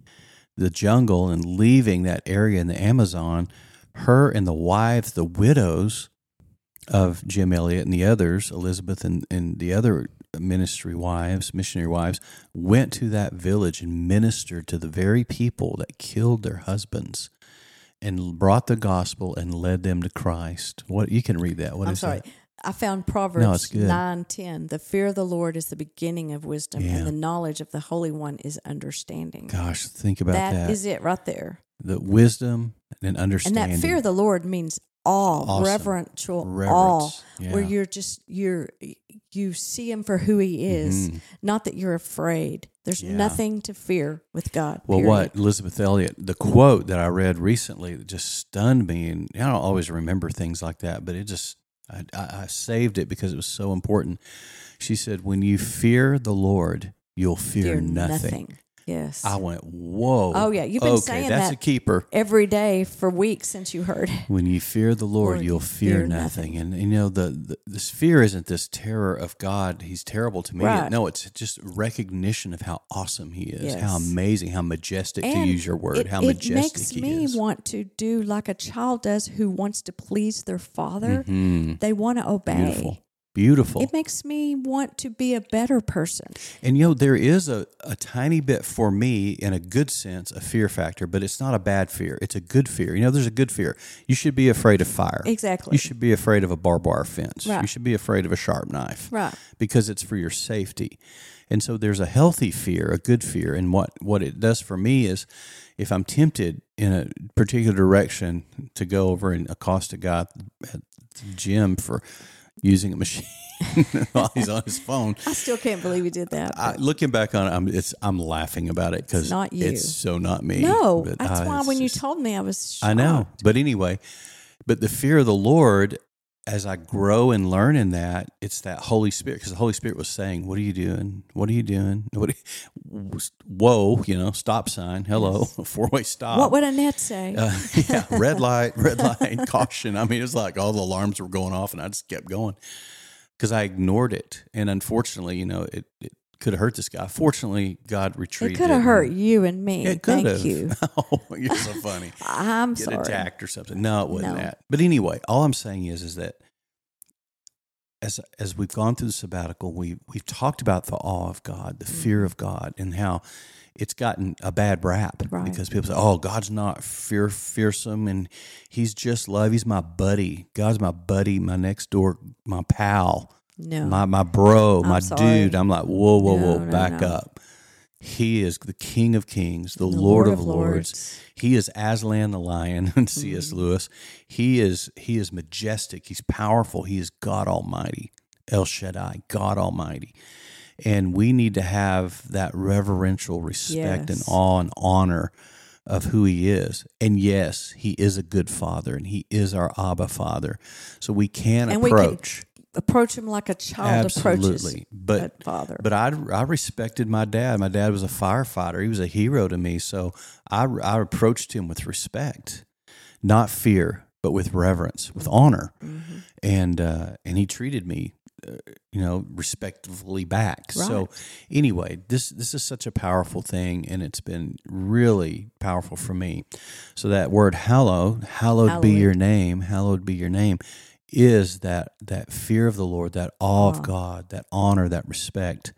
the jungle and leaving that area in the Amazon, her and the wives, the widows of Jim Elliot and the others, Elizabeth and, and the other ministry wives, missionary wives, went to that village and ministered to the very people that killed their husbands and brought the gospel and led them to Christ. What you can read that. What
I'm
is
sorry.
that?
I found Proverbs
good.
nine ten. The fear of the Lord is the beginning of wisdom,
Yeah.
and the knowledge of the Holy One is understanding.
Gosh, think about that.
that is it right there.
the wisdom and
And
understanding.
that fear of the Lord means awe,
Awesome.
reverential awe,
Reverence, yeah.
where you're just you're you see him for who he is, not that you're afraid. There's
Mm-hmm. Yeah.
nothing to fear with God.
Well,
period.
what Elizabeth Elliot, the quote that I read recently that just stunned me, and I don't always remember things like that, but it just I, I, I saved it because it was so important. She said, "When you fear the Lord, you'll fear,
Fear
nothing.
Yes.
I went, "Whoa!"
Oh, yeah, you've been
okay,
saying
that's
that.
a keeper.
Every day for weeks since you heard it.
When you fear the Lord,
Lord,
you'll fear, nothing. And you know the, the this fear isn't this terror of God. He's terrible to me.
Right.
No, it's just recognition of how awesome He is, how
Yes.
amazing, how majestic
And
to use your word,
it-
how majestic
It makes
He
me
is.
want to do like a child does who wants to please their father. They want to obey.
Mm-hmm. Beautiful. Beautiful.
It makes me want to be a better person.
and you know, there is a, a tiny bit for me, in a good sense, a fear factor, but it's not a bad fear. It's a good fear. You know, there's a good fear. You should be afraid of fire.
Exactly.
You should be afraid of a barbed wire fence. You
Right.
should be afraid of a sharp knife.
Right.
Because it's for your safety. And so there's a healthy fear, a good fear. And what, what it does for me is if I'm tempted in a particular direction to go over and accost a guy at the gym for using a machine while he's on his phone,
I still can't believe you did that.
I, looking back on it, I'm it's I'm laughing about it because
It's not you.
It's so not me.
no,
But,
that's
uh,
why
it's
when you
just-
told me, I was. Shocked.
I know. But anyway, but the fear of the Lord, as I grow and learn in that, it's that Holy Spirit because the Holy Spirit was saying, "What are you doing? What are you doing? What? Are you, whoa! You know, stop sign. Hello, four way stop.
What would Annette say?
Uh, yeah, red light, red light, caution. I mean, it's like all the alarms were going off, and I just kept going because I ignored it. And unfortunately, you know, it, it could have hurt this guy. Fortunately, God
it
retrieved it.
could have hurt you and me.
It could
Thank
have.
you.
oh, you're so funny.
I'm
Get
sorry.
attacked or something. No, it wasn't
No.
that. But anyway, all I'm saying is, is that as as we've gone through the sabbatical, we we've talked about the awe of God, the
Mm-hmm.
fear of God, and how it's gotten a bad rap
Right.
because people say, "Oh, God's not fear fearsome, and He's just love. He's my buddy. God's my buddy, my next door, my pal,
No.
my my bro, my
sorry.
dude." I'm like, "Whoa, whoa, whoa,
No, no,
back
no.
up." He is the King of Kings, the,
The
Lord,
Lord
of
of
Lords.
Lords. Mm-hmm.
He is Aslan the Lion and C.S. Lewis. He is he is majestic. He's powerful. He is God Almighty. El Shaddai, God Almighty. And we need to have that reverential respect and
Yes.
awe and honor of who he is. And yes, he is a good father and he is our Abba father. So we can
And we can-
approach.
approach him like a child approaches
Absolutely. But
a father.
But I, I respected my dad. My dad was a firefighter. He was a hero to me. So I, I approached him with respect, not fear, but with reverence, with honor.
Mm-hmm.
And, uh, and he treated me, uh, you know, respectfully back. So anyway, this, this is such a powerful thing and it's been really powerful for me. So that word hallow, hallowed, be
Hallowed.
your name, hallowed be your name is that that fear of the Lord, that awe of God, that honor, that respect.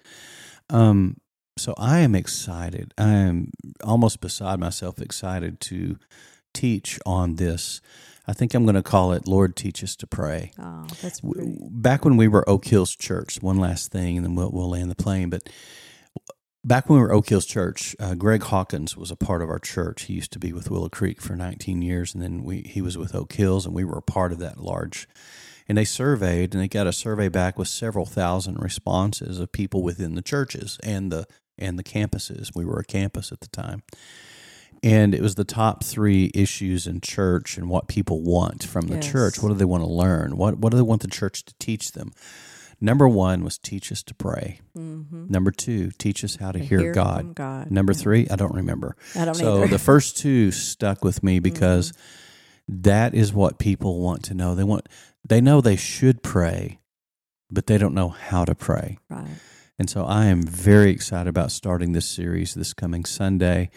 Um, so I am excited. I am almost beside myself excited to teach on this. I think I'm going to call it "Lord, teach us to pray."
oh, that's
W-
pretty.
Back when we were Oak Hills Church, one last thing, and then we'll, we'll land the plane. But back when we were Oak Hills Church, uh, Greg Hawkins was a part of our church. He used to be with Willow Creek for 19 years, and then we he was with Oak Hills, and we were a part of that large. And they surveyed, and they got a survey back with several thousand responses of people within the churches and the and the campuses. We were a campus at the time. And it was the top three issues in church and what people want from the
Yes.
church. What do they want to learn? What what do they want the church to teach them? Number one was teach us to pray.
Mm-hmm.
Number two, teach us how to hear, God.
God.
Number three, I don't remember.
Mm-hmm. I don't
so
either. Mm-hmm.
the first two stuck with me because that is what people want to know. They want they know they should pray, but they don't know how to pray.
right.
And so I am very excited about starting this series this coming Sunday.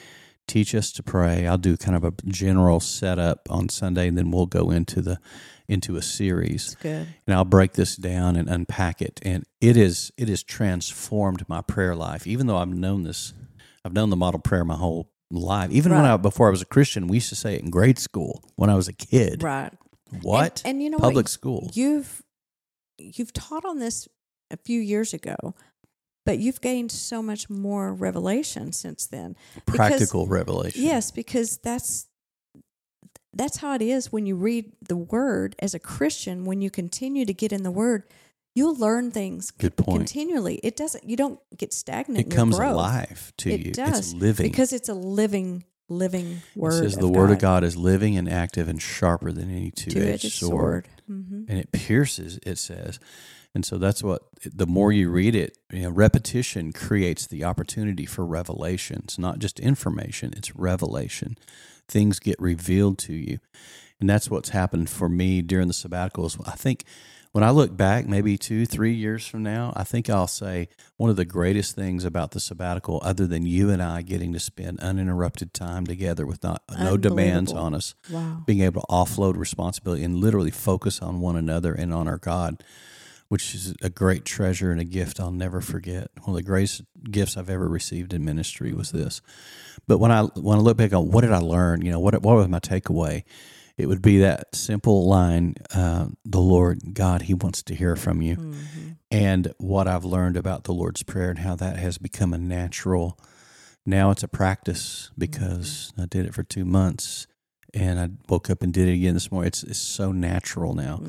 Teach us to pray. I'll do kind of a general setup on Sunday and then we'll go into the into a series
It's good.
and I'll break this down and unpack it. And it is it has transformed my prayer life. Even though I've known this, I've known the model prayer my whole life. Even when
Right.
I before I was a Christian, we used to say it in grade school when I was a kid.
Right.
What
And, and you know
public
what?
schools?
You've you've taught on this a few years ago, but you've gained so much more revelation since then. Because-
Practical revelation.
Yes, because that's that's how it is when you read the word as a Christian. When you continue to get in the word, you'll learn things
Good point.
continually. It doesn't. You don't get stagnant.
it
in your
comes
growth.
alive to
It
you. It's
does
living.
because it's a living, living word.
it says
of
the word of God is living and active and sharper than any two-edged,
Two-edged
sword.
sword. hmm
and it pierces it says and so that's what the more you read it you know, repetition creates the opportunity for revelation it's not just information it's revelation things get revealed to you and that's what's happened for me during the sabbaticals i think when i look back maybe two three years from now i think i'll say one of the greatest things about the sabbatical other than you and i getting to spend uninterrupted time together with not, no demands
Unbelievable.
on us
Wow.
being able to offload responsibility and literally focus on one another and on our God, which is a great treasure and a gift I'll never forget. One of the greatest gifts I've ever received in ministry was this. But when I when I look back on what did I learn, you know, what what was my takeaway? It would be that simple line: uh, "The Lord God, He wants to hear from you."
Mm-hmm.
And what I've learned about the Lord's Prayer and how that has become a natural. Now it's a practice because I did it for two months and I woke up and did it again this morning. It's, it's so natural now.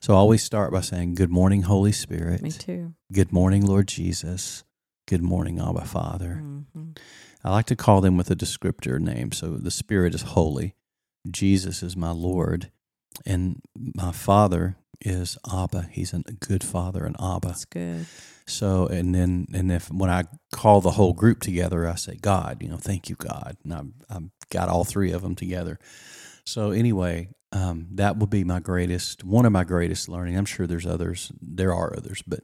So I always start by saying, Good morning, Holy Spirit.
Mm-hmm. Me too.
Good morning, Lord Jesus. Good morning, Abba Father.
hmm
I like to call them with a descriptor name. So the Spirit is holy, Jesus is my Lord, and my Father is Abba. He's a good Father, and Abba.
That's good.
So and then and if when I call the whole group together, I say God, you know, thank you God, and I've I've got all three of them together. So anyway, um, that would be my greatest one of my greatest learning. I'm sure there's others. There are others, but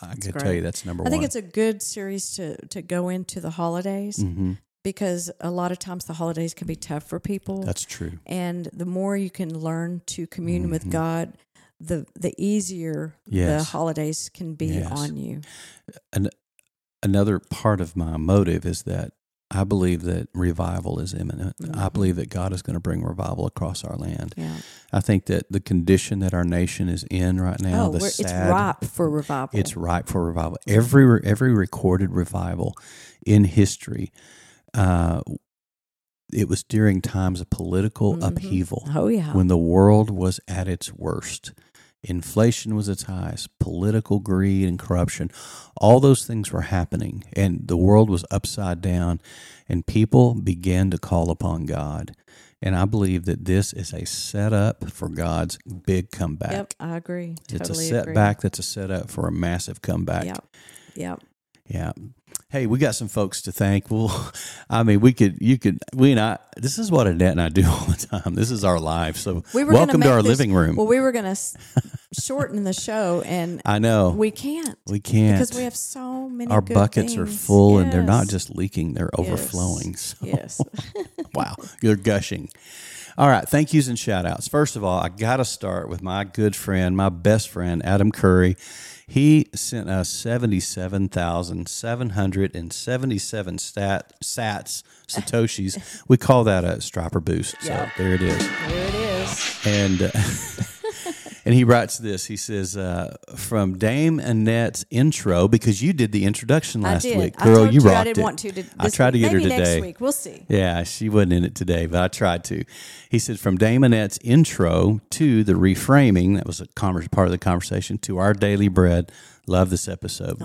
I
That's
could
great.
tell you that's number
I
one.
think it's a good series to to go into the holidays
hmm
because a lot of times the holidays can be tough for people.
That's true.
and the more you can learn to commune with
Mhm.
God, the the easier the
Yes.
holidays can be
Yes.
on you.
Another part of my motive is that I believe that revival is imminent. I
Mhm.
believe that God is going to bring revival across our land.
Yeah.
I think that the condition that our nation is in right now,
oh,
the
we're, it's
sad,
ripe for revival.
It's ripe for revival. Every every recorded revival in history, uh, it was during times of political
Mhm.
upheaval
oh yeah.
when the world was at its worst, Inflation was its highest, political greed and corruption. All those things were happening, and the world was upside down, and people began to call upon God. And I believe that this is a setup for God's big comeback.
Yep, I agree.
It's
totally
a
agree.
setback that's a setup for a massive comeback.
Yep. Yep.
Yeah. Hey, we got some folks to thank. Well, I mean, we could, you could, we and I, this is what Annette and I do all the time. This is our life. So
We were
welcome
gonna
to
make
our
this-
living room.
Well, we were going to shorten the show, and
I know. We,
we can't
can't.
because we have so many.
our
good
buckets are
things.
full and they're not
Yes.
just leaking, they're overflowing. So,
Yes.
wow, you're gushing. All right, thank yous and shout outs. First of all, I got to start with my good friend, my best friend, Adam Curry. He sent us 77,777 stat, sats, Satoshis. we call that a stropper boost.
Yeah.
So there it is
there it is.
and uh, and he writes this. He says, uh, "From Dame Annette's intro, because you did the introduction last
I did.
week,
I
girl.
told
you rocked
I didn't
it.
want to. to
I
this
tried to
week.
get
Maybe
her today.
next week. We'll see.
Yeah, she wasn't in it today, but I tried to. He said, from Dame Annette's intro to the reframing, that was a conver- part of the conversation, to our daily bread. Love this episode.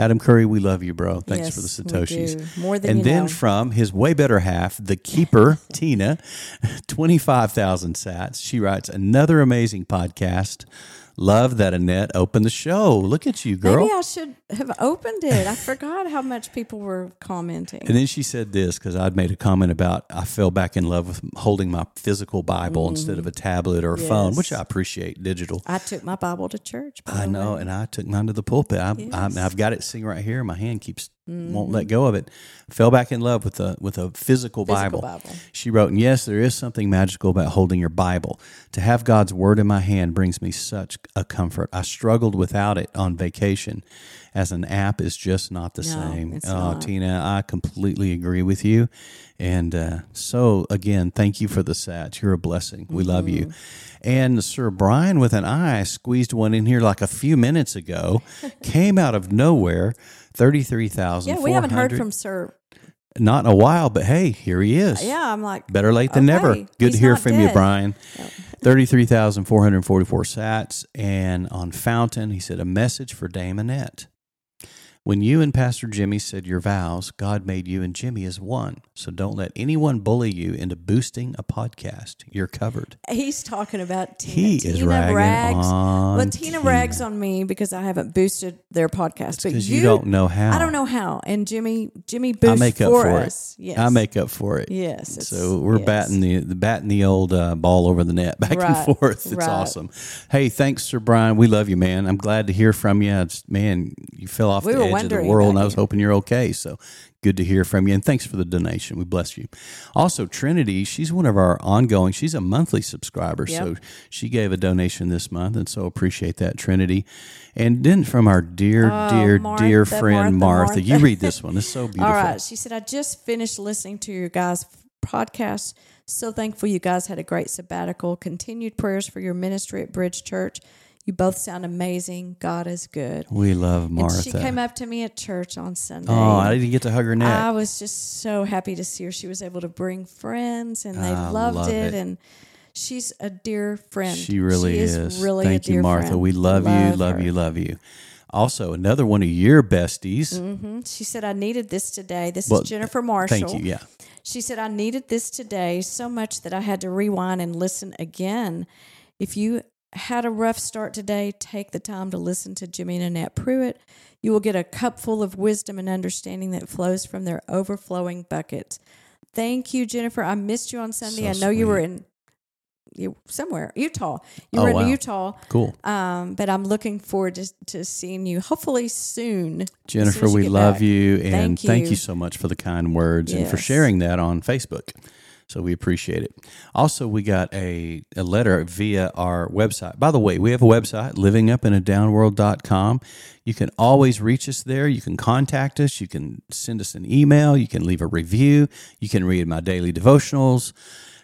Adam Curry, we love you, bro. Thanks for the
Yes, we
Satoshis.
do. More than
And
you
then
know.
from his way better half, the keeper, Tina, 25,000 sats. She writes, another amazing podcast. Love that Annette opened the show. Look at you, girl.
Maybe I should have opened it. I forgot how much people were commenting.
And then she said this because I'd made a comment about I fell back in love with holding my physical Bible instead
Mm-hmm.
of a tablet or a phone, which I appreciate digital.
I took my Bible to church. by
I
the
know,
way.
and I took mine to the pulpit. I, I, I've got it sitting right here. My hand keeps won't
Mm-hmm.
let go of it. Fell back in love with a with a physical, Bible.
Bible.
She wrote, and "Yes, there is something magical about holding your Bible. To have God's word in my hand brings me such a comfort. I struggled without it on vacation, as an app is just not the
No,
same."
it's
oh,
not.
Tina, I completely agree with you, and uh, so again, thank you for the sats. You're a blessing. We love
Mm-hmm.
you. And Sir Brian with an eye squeezed one in here like a few minutes ago, came out of nowhere. Thirty-three thousand.
Yeah, we haven't heard from Sir.
Not in a while, but hey, here he is.
Yeah, I'm like
Better late than
Okay.
never. Good to
He's
hear
not
from you,
dead.
Brian. 33,444 sats. And on Fountain, he said, a message for Dame Annette. When you and Pastor Jimmy said your vows, God made you and Jimmy as one. So don't let anyone bully you into boosting a podcast. You're covered.
He's talking about Tina.
He
Tina
is ragging
rags.
on
well, Tina, rags on me because I haven't boosted their podcast. but
Because you, don't know how.
I don't know how. And Jimmy, Jimmy
I
boosts
make up
for,
for,
us.
it.
Yes,
I make up for it.
Yes, it's-
So we're
yes.
batting the, the batting the old uh, ball over the net back
Right,
and forth. It's
right.
awesome. Hey, thanks, Sir Brian. We love you, man. I'm glad to hear from you. It's, man, you fell off
We
the
were
edge of the
wondering
world,
about
and I was
you.
hoping you're okay. So good to hear from you, and thanks for the donation. We bless you. Also, Trinity, she's one of our ongoing. She's a monthly subscriber,
Yep.
so she gave a donation this month, and so appreciate that, Trinity. And then from our dear, dear, dear
Oh, Martha,
friend Martha,
Martha,
you read this one. It's so beautiful.
All right. She said, I just finished listening to your guys' podcast. So thankful you guys had a great sabbatical. Continued prayers for your ministry at Bridge Church. You both sound amazing. God is good.
We love Martha.
And she came up to me at church on Sunday.
Oh, I didn't get to hug her neck.
I was just so happy to see her. She was able to bring friends, and they
I
loved
Ah, love
it.
it.
And she's a dear friend.
she really
She
is.
Really, a
Thank you,
dear
Martha.
friend.
We love, you, love
her.
you, love you. Also, another one of your besties.
Mm-hmm. She said, "I needed this today." This
Well,
is Jennifer Marshall.
Thank you. Yeah.
She said, I needed this today so much that I had to rewind and listen again. If you had a rough start today, take the time to listen to Jimmy and Annette Pruitt. You will get a cupful of wisdom and understanding that flows from their overflowing buckets. Thank you, Jennifer. I missed you on Sunday.
So
I know you were
sweet.
in you somewhere, Utah. You
Oh,
were in
wow.
Utah.
Cool.
Um, but I'm looking forward to, to seeing you hopefully soon. as soon as
Jennifer,
you
we
get
love
back.
you. And
Thank you.
so much for the kind words and for
Yes.
sharing that on Facebook. So we appreciate it. Also, we got a, a letter via our website. By the way, we have a website, livingupinadownworld.com. You can always reach us there. You can contact us. You can send us an email. You can leave a review. You can read my daily devotionals.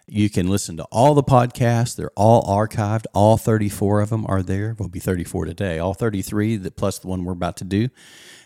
You can listen to all the podcasts. They're all archived. All 34 of them are there. Will be 34 today. All 33, that plus the one we're about to do.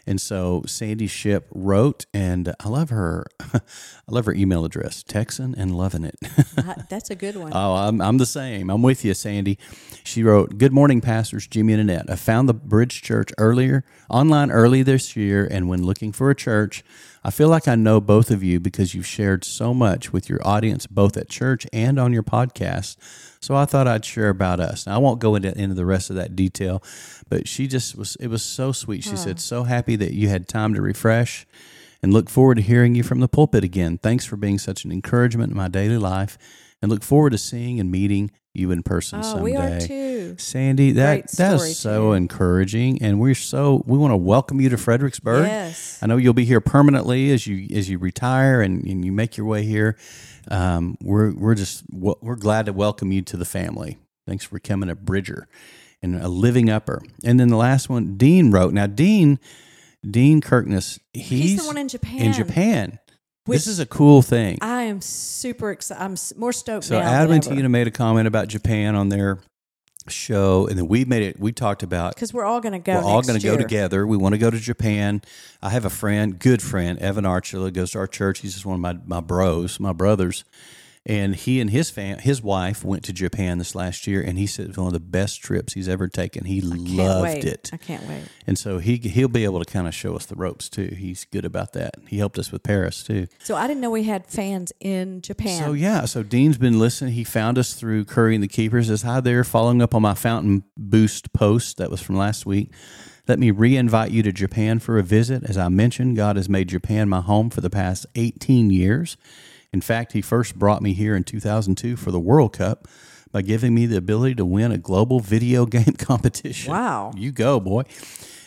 And so Sandy Ship wrote, and I love her. I love her email address, Texan and loving it.
Uh, That's a good one.
Oh, I'm, I'm the same. I'm with you, Sandy. She wrote, Good morning, pastors Jimmy and Annette. I found the Bridge Church earlier, online early this year, and when looking for a church, I feel like I know both of you because you've shared so much with your audience, both at church and on your podcast. So I thought I'd share about us. Now, I won't go into, into the rest of that detail, but she just was, it was so sweet. She said, So happy that you had time to refresh and look forward to hearing you from the pulpit again. Thanks for being such an encouragement in my daily life and look forward to seeing and meeting you in person
oh,
someday.
we are too.
Sandy, that
Great story,
that's so encouraging and we're so we want to welcome you to Fredericksburg.
Yes.
I know you'll be here permanently as you as you retire and, and you make your way here. Um, we're we're just w- we're glad to welcome you to the family. Thanks for becoming a bridger and a living upper. And then the last one Dean wrote. Now Dean Dean Kirkness, he's,
He's the one in Japan.
in Japan.
Which-
this is a cool thing.
I am super excited. I'm s- more stoked
So
now.
Adam and Tina made a comment about Japan on their show, and then we made it. We talked about
because we're all going to go.
we're all
going to
go together. We want to go to Japan. I have a friend, good friend, Evan Archula, goes to our church. He's just one of my my bros, my brothers. And he and his fam, his wife went to Japan this last year, and he said it's one of the best trips he's ever taken. He
Can't
loved
wait.
it.
I can't wait.
And so he he'll be able to kind of show us the ropes too. He's good about that. He helped us with Paris too.
So I didn't know we had fans in Japan.
So yeah, so Dean's been listening. He found us through Curry and the Keepers. Says hi there, following up on my Fountain Boost post that was from last week. Let me re-invite you to Japan for a visit. As I mentioned, God has made Japan my home for the past 18 years. In fact, He first brought me here in 2002 for the World Cup by giving me the ability to win a global video game competition.
Wow.
You go, boy.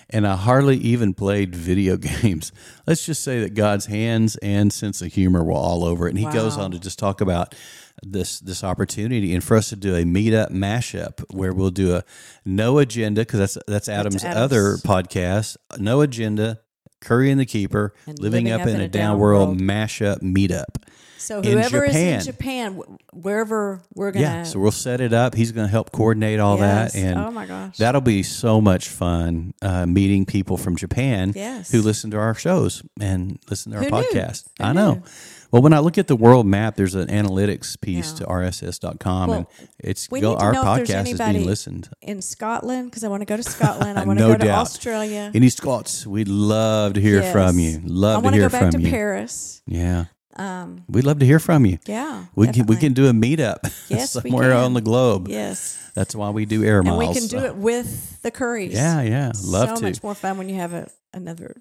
And I hardly even played video games. Let's just say that God's hands and sense of humor were all over it. And he goes on to just talk about this this opportunity and for us to do a meetup mashup where we'll do a no agenda because that's that's Adam's,
Adam's.
other podcast. No agenda, Curry and the Keeper,
And
living, up, in, a down, world, mashup meetup.
So
in
whoever
Japan.
is in Japan, wh- wherever we're going to.
Yeah, so we'll set it up. He's going to help coordinate all
Yes.
that, and
Oh, my gosh.
that'll be so much fun uh, meeting people from Japan
Yes.
who listen to our shows and listen to our
Who knew?
podcast.
Who
I know.
knew?
Well, when I look at the world map, there's an analytics piece
Yeah.
to RSS.com, and
Well,
it's
we
go,
need to
our
know if there's
podcast is being
anybody-
listened. Uh,
in Scotland because I want to go to Scotland. I want to
No
go to
doubt.
Australia.
Any Scots, we'd love to hear
Yes.
from you.
I
Love to
want to
hear
go back
from
to
you.
Paris.
Yeah,
Um,
we'd love to hear from you.
yeah.
We can, we
definitely.
can do a meetup
Yes, we
somewhere
can.
on the globe.
Yes.
That's why we do air
And
miles.
we can do
so-
it with the curries.
Yeah, yeah. Love
so
to.
much more fun when you have a, another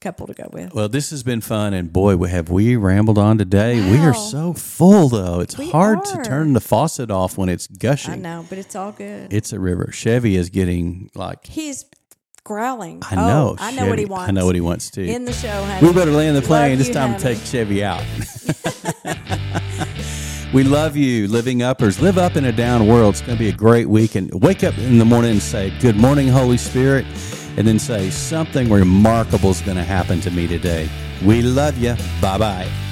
couple to go with.
Well, this has been fun, and boy, we have we rambled on today. We
Wow.
are so full, though. It's
We
hard to
are.
turn the faucet off when it's gushing.
I know, but it's all good.
It's a river. Chevy is getting like
He's growling.
I know.
Oh, I know what
Chevy.
he wants.
I know what he wants to.
in the show. Honey.
we better land the plane.
Love
It's
you,
time to
honey.
take Chevy out. we love you, living uppers. Live up in a down world. It's going to be a great week. And wake up in the morning and say, "Good morning, Holy Spirit," and then say something remarkable is going to happen to me today. We love you. Bye bye.